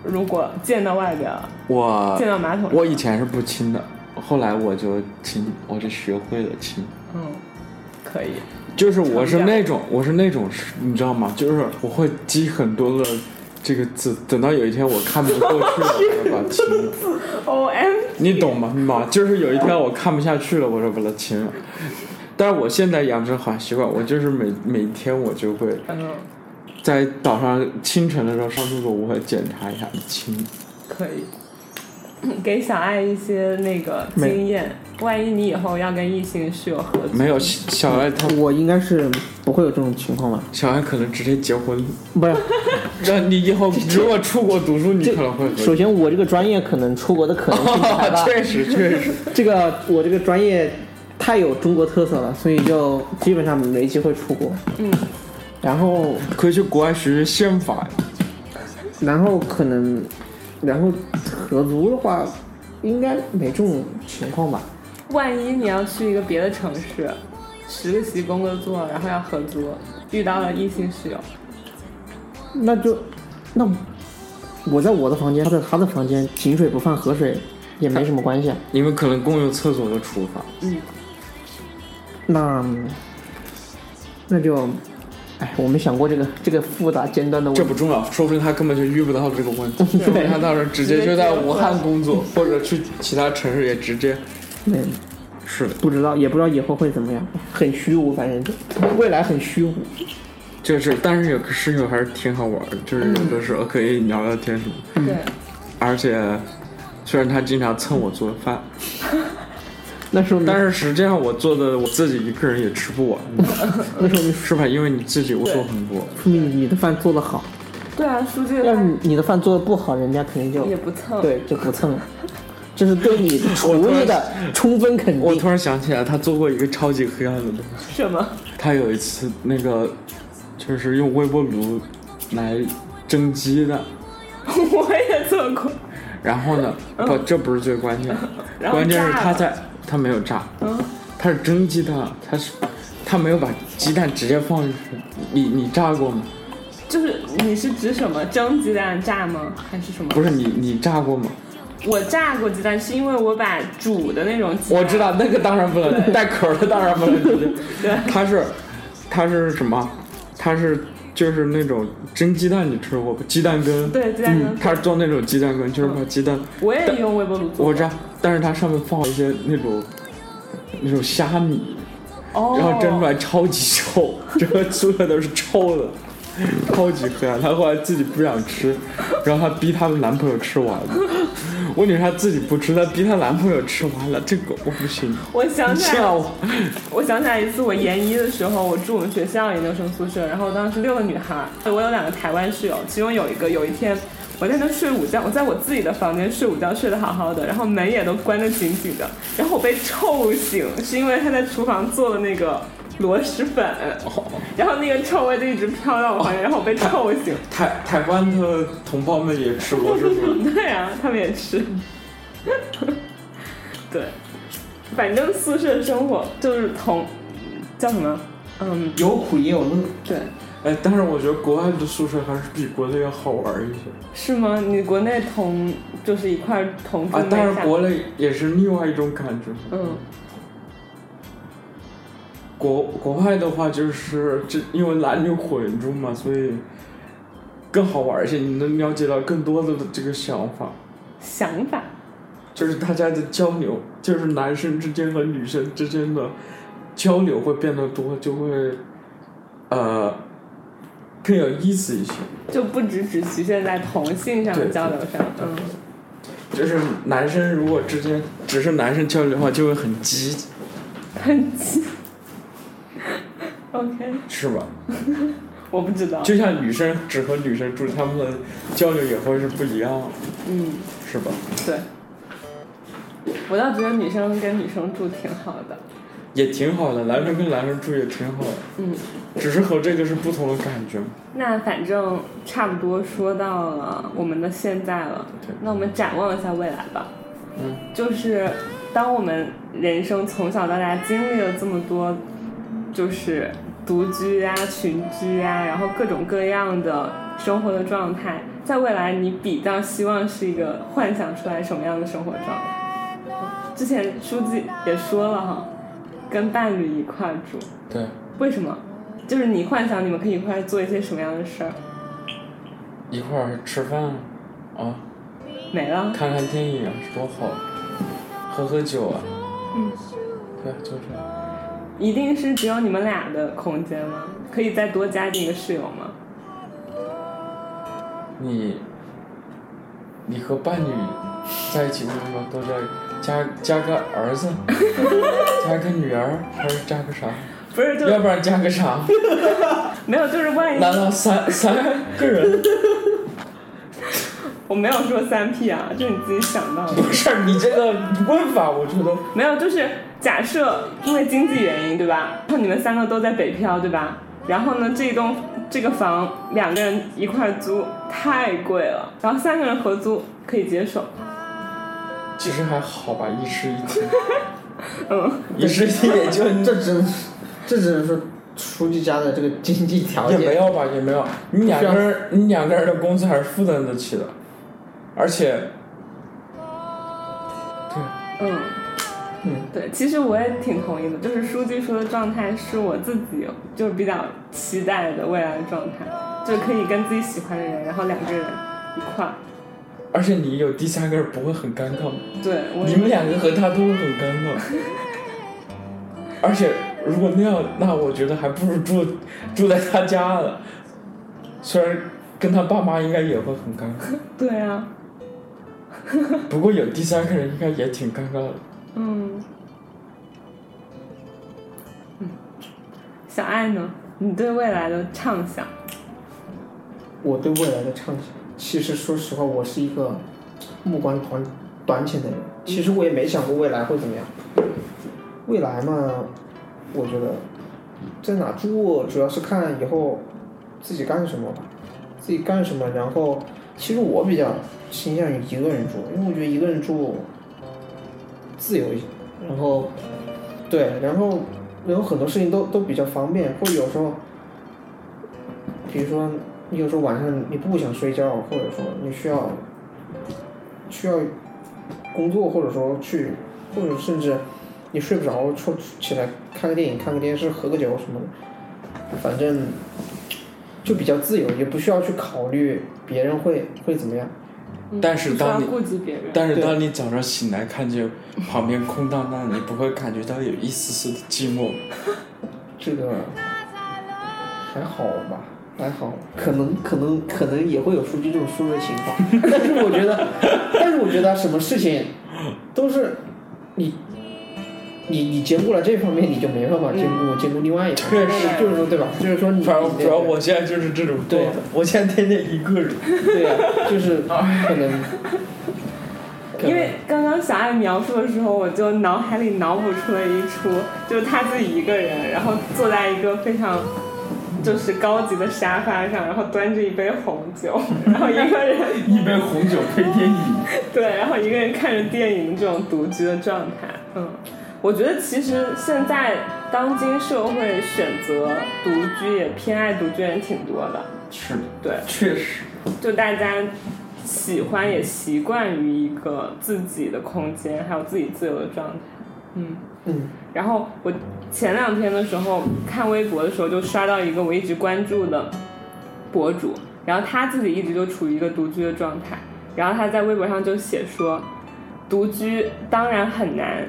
[SPEAKER 4] 如果溅到外边了，
[SPEAKER 5] 我
[SPEAKER 4] 溅到马桶上，
[SPEAKER 5] 啊我以前是不亲的，后来我就亲，我就学会了亲。
[SPEAKER 4] 嗯，可以，
[SPEAKER 5] 就是我是
[SPEAKER 4] 成长
[SPEAKER 5] 那种，我是那种，你知道吗？就是我会积很多的这个字，等到有一天我看不过去了，我就把它清了。
[SPEAKER 4] O M，
[SPEAKER 5] 你懂吗？妈，就是有一天我看不下去了，我就把它清了。但是我现在养成好习惯，我就是每每天我就会
[SPEAKER 4] 嗯，
[SPEAKER 5] 在早上清晨的时候上厕所，我会检查一下清。
[SPEAKER 4] 可以。 给小爱一些那个经验，万一你以后要跟异性室友合租，
[SPEAKER 5] 没有小爱他，
[SPEAKER 6] 我应该是不会有这种情况吧？
[SPEAKER 5] 小爱可能直接结婚了。
[SPEAKER 6] 不是，
[SPEAKER 5] 让你以后如果出国读书，你可能会回。
[SPEAKER 6] 首先我这个专业可能出国的可能性不太 大
[SPEAKER 5] 确实确实，
[SPEAKER 6] 这个我这个专业太有中国特色了，所以就基本上没机会出国。嗯，然后
[SPEAKER 5] 可以去国外学学宪法。
[SPEAKER 6] 然后可能，然后合租的话，应该没这种情况吧？
[SPEAKER 4] 万一你要去一个别的城市，实习工作，然后要合租，遇到了异性室友，
[SPEAKER 6] 那就那我在我的房间，他在他的房间，井水不犯河水也没什么关系啊。
[SPEAKER 5] 你们可能共用厕所和厨房，
[SPEAKER 6] 那那就，哎，我没想过这个这个复杂尖端的问
[SPEAKER 5] 这
[SPEAKER 6] 题。
[SPEAKER 5] 不重要，说不定他根本就遇不到这个问题，
[SPEAKER 6] 对
[SPEAKER 5] 说不定他到时候直接就在武汉工作，或者去其他城市也直接。
[SPEAKER 6] 没
[SPEAKER 5] 是的，
[SPEAKER 6] 不知道，也不知道以后会怎么样，很虚无，反正就未来很虚无。
[SPEAKER 5] 就是，但是有个室友还是挺好玩的，就是有的时候可以聊聊天什么，嗯
[SPEAKER 4] 对，
[SPEAKER 5] 而且。虽然他经常蹭我做饭，
[SPEAKER 6] 那时候明，
[SPEAKER 5] 但是实际上我做的我自己一个人也吃不完，
[SPEAKER 6] 那时候明
[SPEAKER 5] 是吧？因为你自己我做很多，
[SPEAKER 6] 说明你的饭做得好，
[SPEAKER 4] 对啊，书记
[SPEAKER 6] 要
[SPEAKER 4] 他
[SPEAKER 6] 是你的饭做得不好，人家肯定就
[SPEAKER 4] 也不蹭，，
[SPEAKER 6] 对就不蹭了。这是对你厨艺的充分肯
[SPEAKER 5] 我
[SPEAKER 6] 定
[SPEAKER 5] 突。然想起来，他做过一个超级黑暗的东西。
[SPEAKER 4] 什么？
[SPEAKER 5] 他有一次那个就是用微波炉来蒸鸡蛋，
[SPEAKER 4] 我也做过，
[SPEAKER 5] 然后呢，不，这不是最关键的，
[SPEAKER 4] 嗯然后
[SPEAKER 5] 关键是
[SPEAKER 4] 炸了
[SPEAKER 5] 他在他没有炸，
[SPEAKER 4] 嗯
[SPEAKER 5] 他是蒸鸡蛋，他是他没有把鸡蛋直接放进去，你你炸过吗？
[SPEAKER 4] 就是你是指什么蒸鸡蛋炸吗？还是什么？
[SPEAKER 5] 不是你你炸过吗？
[SPEAKER 4] 我炸过鸡蛋，是因为我把煮的那种鸡蛋，
[SPEAKER 5] 我知道那个当然不能带壳儿的，当然不能直接。它是，它是什么？它是就是那种蒸鸡蛋，你吃过不？鸡蛋羹。嗯
[SPEAKER 4] 对鸡蛋羹嗯
[SPEAKER 5] 它是做那种鸡蛋羹，就是把鸡蛋，
[SPEAKER 4] 我也用微波炉做，
[SPEAKER 5] 我知道，但是它上面放了一些那种那种虾米，
[SPEAKER 4] 哦，
[SPEAKER 5] 然后蒸出来超级臭，整个宿舍都是臭的。超级黑暗。她后来自己不想吃，然后她逼她的男朋友吃完了。问题是她自己不吃，她逼她男朋友吃完了，这个我不行。
[SPEAKER 4] 我 想起
[SPEAKER 5] 这
[SPEAKER 4] 来
[SPEAKER 5] 样
[SPEAKER 4] 了，
[SPEAKER 5] 我
[SPEAKER 4] 我想起来一次，我研一的时候，我住我们学校研究生宿舍，然后当时六个女孩儿，我有两个台湾室友，其中有一个有一天我在那睡午觉，我在我自己的房间睡午觉，睡得好好的，然后门也都关得紧紧的，然后我被臭醒，是因为她在厨房做了那个螺蛳粉，然后那个臭味就一直飘到我房间，然后我被臭醒。
[SPEAKER 5] 台台湾的同胞们也吃过，是不 是？
[SPEAKER 4] 对啊，他们也吃。 对，反正宿舍生活就是同叫什么？嗯，
[SPEAKER 6] 有苦也有乐。
[SPEAKER 4] 对，
[SPEAKER 5] 哎，但是我觉得国外的宿舍还是比国内要好玩一些
[SPEAKER 4] 是吗？你国内同就是一块儿同住
[SPEAKER 5] 啊。但
[SPEAKER 4] 没
[SPEAKER 5] 是
[SPEAKER 4] 啥
[SPEAKER 5] 国内也是另外一种感觉。
[SPEAKER 4] 嗯
[SPEAKER 5] 国国外的话就是这因为男女混住嘛，所以更好玩一些，你能了解到更多的这个想法，
[SPEAKER 4] 想法，
[SPEAKER 5] 就是大家的交流，就是男生之间和女生之间的交流会变得多，就会呃更有意思一些。
[SPEAKER 4] 就不只只局限在同性上的
[SPEAKER 5] 对
[SPEAKER 4] 交流上。嗯，
[SPEAKER 5] 就是男生如果之间只是男生交流的话，就会很激，
[SPEAKER 4] 很近。OK，
[SPEAKER 5] 是吧？
[SPEAKER 4] 我不知道。
[SPEAKER 5] 就像女生只和女生住，他们的交流也会是不一样的，
[SPEAKER 4] 嗯，
[SPEAKER 5] 是吧？
[SPEAKER 4] 对。我倒觉得女生跟女生住挺好的。
[SPEAKER 5] 也挺好的，男生跟男生住也挺好的，
[SPEAKER 4] 嗯。
[SPEAKER 5] 只是和这个是不同的感觉。
[SPEAKER 4] 那反正差不多说到了我们的现在了
[SPEAKER 5] 对，
[SPEAKER 4] 那我们展望一下未来吧。
[SPEAKER 5] 嗯，
[SPEAKER 4] 就是当我们人生从小到大经历了这么多，就是独居啊、群居啊，然后各种各样的生活的状态，在未来你比较希望是一个幻想出来什么样的生活状态？之前书记也说了哈，跟伴侣一块儿住，
[SPEAKER 5] 对，
[SPEAKER 4] 为什么？就是你幻想你们可以一块儿做一些什么样的事儿？
[SPEAKER 5] 一块儿吃饭啊，
[SPEAKER 4] 没了。
[SPEAKER 5] 看看电影啊，多好，喝喝酒啊。嗯。对，就这样。
[SPEAKER 4] 一定是只有你们俩的空间吗？可以再多加进一个室友吗？
[SPEAKER 5] 你，你和伴侣在一起为什么都在加加个儿子， 加个女儿，还是加个啥？
[SPEAKER 4] 不是，就
[SPEAKER 5] 要不然加个啥？
[SPEAKER 4] 没有，就是万一
[SPEAKER 5] 难道三三个人？
[SPEAKER 4] 我没有说三 P 啊，这是你自己想到的。
[SPEAKER 5] 不是你这个问法，我觉得
[SPEAKER 4] 没有，就是假设因为经济原因，对吧？然后你们三个都在北漂，对吧？然后呢，这一栋这个房两个人一块儿租太贵了，然后三个人合租可以接受。
[SPEAKER 5] 其实还好吧，一室一厅，
[SPEAKER 4] 嗯，
[SPEAKER 5] 一室一厅也就
[SPEAKER 6] 这只能，这只能说书记家的这个经济条
[SPEAKER 5] 也没
[SPEAKER 6] 件。
[SPEAKER 5] 有吧，也没有。你两个人，你两个人的工资还是负担得起的，而且，
[SPEAKER 4] 嗯，
[SPEAKER 6] 嗯
[SPEAKER 4] 对，其实我也挺同意的，就是书记说的状态是我自己就是比较期待的未来的状态，就是可以跟自己喜欢的人，然后两个人一块儿。
[SPEAKER 5] 而且你有第三个人不会很尴尬吗？
[SPEAKER 4] 对，我
[SPEAKER 5] 你们两个和他都会很尴尬。而且如果那样，那我觉得还不如住住在他家了，虽然跟他爸妈应该也会很尴尬，
[SPEAKER 4] 对啊，
[SPEAKER 5] 不过有第三个人应该也挺尴尬的。
[SPEAKER 4] 嗯，嗯，小爱呢？你对未来的畅想？
[SPEAKER 6] 我对未来的畅想，其实说实话，我是一个目光短短浅的人。其实我也没想过未来会怎么样。未来嘛，我觉得在哪住主要是看以后自己干什么吧，自己干什么。然后，其实我比较倾向于一个人住，因为我觉得一个人住自由一些。然后，对，然后然后很多事情都都比较方便，或者有时候，比如说你有时候晚上你不想睡觉，或者说你需要需要工作，或者说去，或者甚至你睡不着，出起来看个电影、看个电视、喝个酒什么的，反正就比较自由，也不需要去考虑别人会会怎么样。
[SPEAKER 4] 嗯
[SPEAKER 5] 但是
[SPEAKER 4] 不需要
[SPEAKER 5] 当你
[SPEAKER 4] 顾及别人，
[SPEAKER 5] 但是
[SPEAKER 6] 对
[SPEAKER 5] 当你早上醒来，看见旁边空荡荡，你不会感觉到有一丝丝的寂寞。
[SPEAKER 6] 这个还好吧，还好，可能可能可能也会有书记这种输入的情况， 但是我觉得， 但是我觉得什么事情都是你你你兼顾了这方面，你就没办法兼顾兼顾另外一方面，
[SPEAKER 5] 对
[SPEAKER 6] 就是说对吧？就是说你
[SPEAKER 5] 主要主要我
[SPEAKER 6] 你
[SPEAKER 5] 现在就是这种状态
[SPEAKER 6] 对，
[SPEAKER 5] 我现在天天一个人，
[SPEAKER 6] 对呀、就是可能，可能
[SPEAKER 4] 因为刚刚小爱描述的时候，我就脑海里脑补出了一出，就是他自己一个人，然后坐在一个非常就是高级的沙发上，然后端着一杯红酒，然后一个人
[SPEAKER 5] 一杯红酒配电影。
[SPEAKER 4] 对，然后一个人看着电影这种独居的状态，嗯，我觉得其实现在当今社会选择独居也偏爱独居人挺多的，
[SPEAKER 5] 是的，
[SPEAKER 4] 对，
[SPEAKER 5] 确实，
[SPEAKER 4] 就大家喜欢也习惯于一个自己的空间，还有自己自由的状态。嗯，
[SPEAKER 6] 嗯，
[SPEAKER 4] 然后我前两天的时候看微博的时候，就刷到一个我一直关注的博主，然后他自己一直就处于一个独居的状态，然后他在微博上就写说，独居当然很难。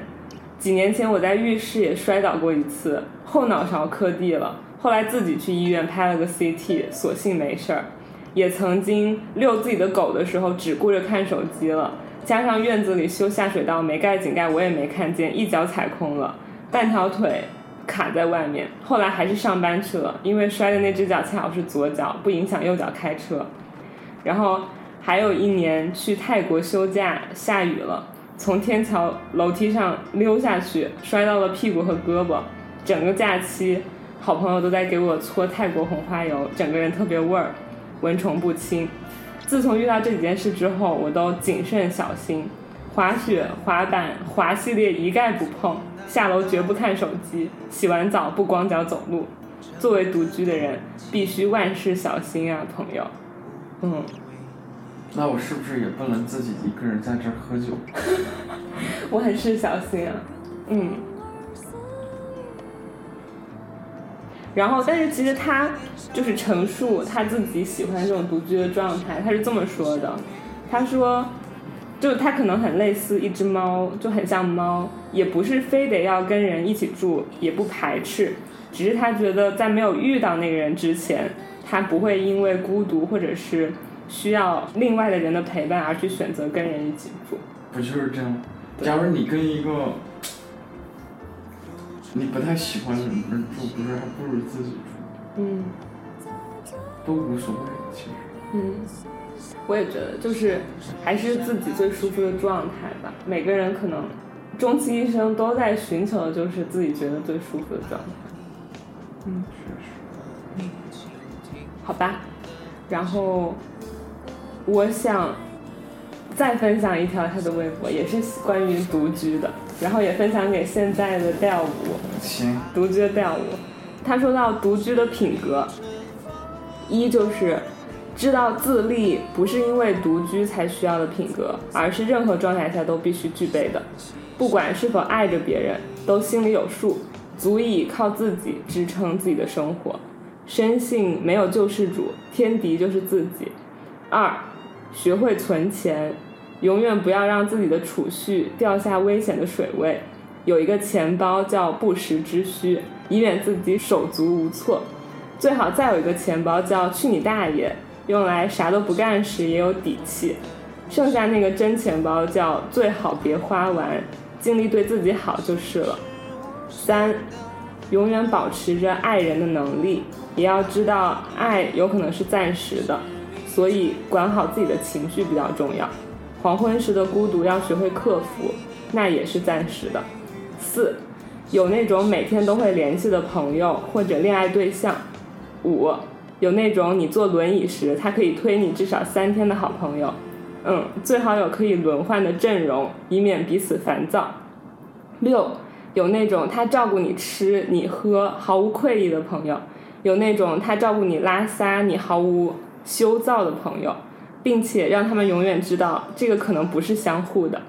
[SPEAKER 4] 几年前我在浴室也摔倒过一次，后脑勺磕地了，后来自己去医院拍了个 CT，所幸没事儿。也曾经遛自己的狗的时候只顾着看手机了，加上院子里修下水道没盖井盖，我也没看见，一脚踩空了，半条腿卡在外面。后来还是上班去了，因为摔的那只脚恰好是左脚，不影响右脚开车。然后还有一年去泰国休假，下雨了，从天桥楼梯上溜下去，摔到了屁股和胳膊。整个假期，好朋友都在给我搓泰国红花油，整个人特别味儿。蚊虫不侵。自从遇到这几件事之后，我都谨慎小心，滑雪、滑板、滑系列一概不碰，下楼绝不看手机，洗完澡不光脚走路。作为独居的人，必须万事小心啊，朋友。嗯，
[SPEAKER 5] 那我是不是也不能自己一个人在这儿喝酒？
[SPEAKER 4] 我很是小心啊，嗯。然后，但是其实他就是陈述他自己喜欢这种独居的状态，他是这么说的，他说，就是他可能很类似一只猫，就很像猫，也不是非得要跟人一起住，也不排斥，只是他觉得在没有遇到那个人之前，他不会因为孤独或者是需要另外的人的陪伴而去选择跟人一起住。
[SPEAKER 5] 不就是这样吗？假如你跟一个你不太喜欢的人住，不是还不如自己住，
[SPEAKER 4] 嗯。
[SPEAKER 5] 都无所谓。其实，
[SPEAKER 4] 嗯，我也觉得，就是还是自己最舒服的状态吧。每个人可能终其一生都在寻求的就是自己觉得最舒服的状态。嗯，好吧。然后我想再分享一条他的微博，也是关于独居的，然后也分享给现在的 d 舞。
[SPEAKER 5] 行，
[SPEAKER 4] 独居的调舞。他说到独居的品格，一就是知道自立不是因为独居才需要的品格，而是任何状态下都必须具备的，不管是否爱着别人，都心里有数，足以靠自己支撑自己的生活。深信没有救世主，天敌就是自己。二，学会存钱，永远不要让自己的储蓄掉下危险的水位。有一个钱包叫不时之需，以免自己手足无措。最好再有一个钱包叫去你大爷，用来啥都不干时也有底气。剩下那个真钱包叫最好别花完，尽力对自己好就是了。三，永远保持着爱人的能力，也要知道爱有可能是暂时的，所以管好自己的情绪比较重要。黄昏时的孤独要学会克服，那也是暂时的。四，有那种每天都会联系的朋友或者恋爱对象。五，有那种你坐轮椅时他可以推你至少三天的好朋友。嗯，最好有可以轮换的阵容，以免彼此烦躁。六，有那种他照顾你吃你喝毫无愧意的朋友，有那种他照顾你拉撒你毫无羞躁的朋友，并且让他们永远知道这个可能不是相互的。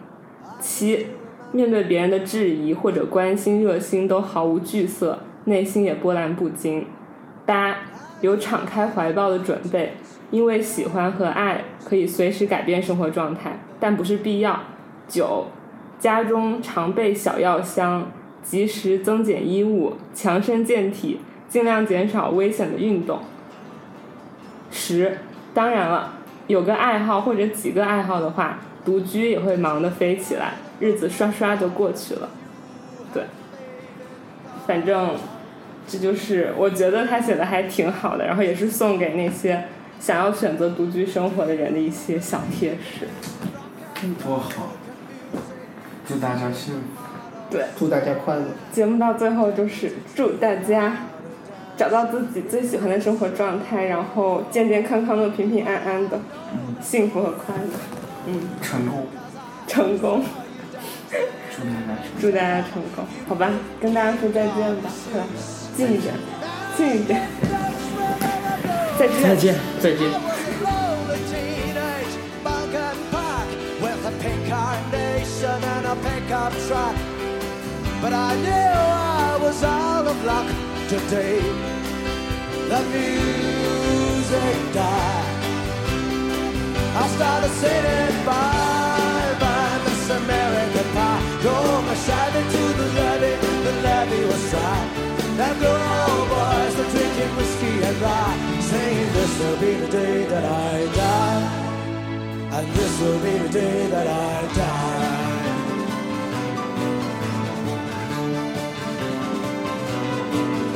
[SPEAKER 4] 七，面对别人的质疑或者关心、热心都毫无惧色，内心也波澜不惊。八，有敞开怀抱的准备，因为喜欢和爱可以随时改变生活状态，但不是必要。九，家中常备小药箱，及时增减衣物，强身健体，尽量减少危险的运动。十，当然了，有个爱好或者几个爱好的话，独居也会忙得飞起来，日子刷刷就过去了。对，反正这就是我觉得他写的还挺好的，然后也是送给那些想要选择独居生活的人的一些小贴士。
[SPEAKER 5] 多好！祝大家幸福。
[SPEAKER 4] 对，
[SPEAKER 6] 祝大家快乐。
[SPEAKER 4] 节目到最后就是祝大家找到自己最喜欢的生活状态，然后健健康康的、平平安安的，幸福和快乐，
[SPEAKER 5] 成功！
[SPEAKER 4] 成功！
[SPEAKER 5] 祝大家成功！
[SPEAKER 4] 祝大家成功，好吧？跟大家说再见吧，来，近一点，近一点，再见。
[SPEAKER 6] 再见，再见。
[SPEAKER 7] lonely teenage Balkan pack with a pink carnation and a pickup truck. But I knew I was out of luck today. The music died. I started singing bye bye, Miss American Pie. Drove my Chevy to the levee, the levee was dry. Now go, boys, they're drinking whiskey and rye, saying this will be the day that I die, and this will be the day that I die.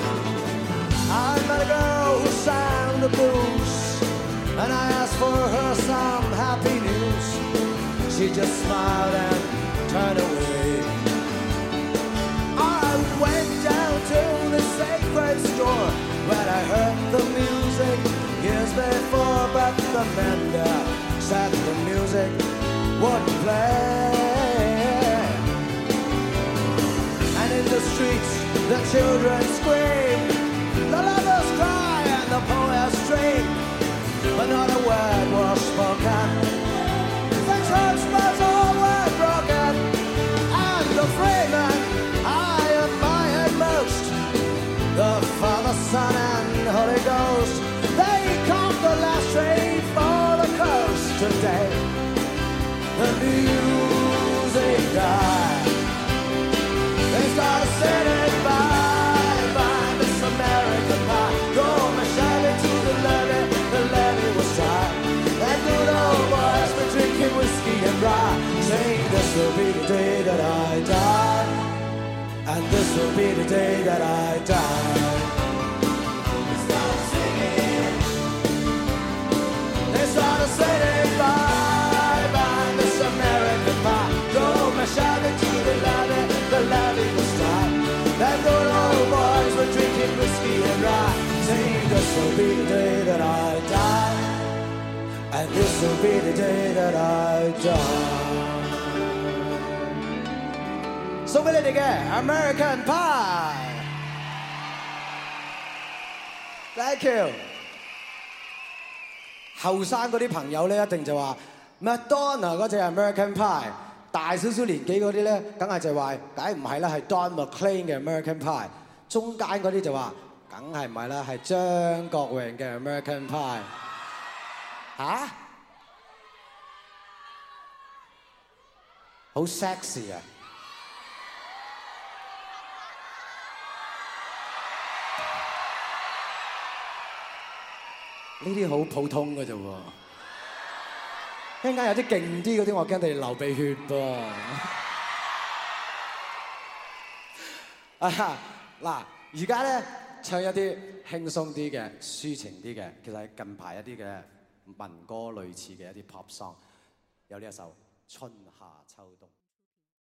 [SPEAKER 7] I met a girl who sang the blues, and I asked for her some happy news. She just smiled and turned away. I went down to the sacred store where I heard the music years before, but the man there said the music wouldn't play. And in the streets, the children scream, the lovers cry, and the poets dream. But not a word was spoken. The church bells all were broken, and the free man I admired most, the Father, Son, and Holy Ghost, they caught the last train for the coast today. The music died. They start singing bye bye Miss American Pie. Go Michelle to the levee, the levee was dry. And good old boys were drinking whiskey and rye, saying this will be the day that I die, and this will be the day that I die. They started singing. They started singing bye bye Miss American Pie. Go Michelle to the levee, the levee was dry. And good old boys were drinking whiskey and rye, saying this will be the day that I die, and this will be the day that I die. So we did it again, American Pie. Thank you. 後生嗰啲朋友咧，一定就話 Madonna 嗰只係 American Pie，大少少年紀嗰啲咧，梗係就話，梗唔係啦，係 Don McLean 嘅 American Pie。中間嗰啲就話，梗係唔係啦，係張國榮嘅 American Pie。吓、好 sexy 啊！呢啲好普通嘅啫喎，一陣間有啲勁啲嗰啲，我驚你流鼻血噃。 啊嗱，而家咧唱一啲輕鬆啲嘅、抒情啲嘅，其實係近排一啲嘅民歌類似嘅一啲 pop song，有呢一首《春夏秋冬》。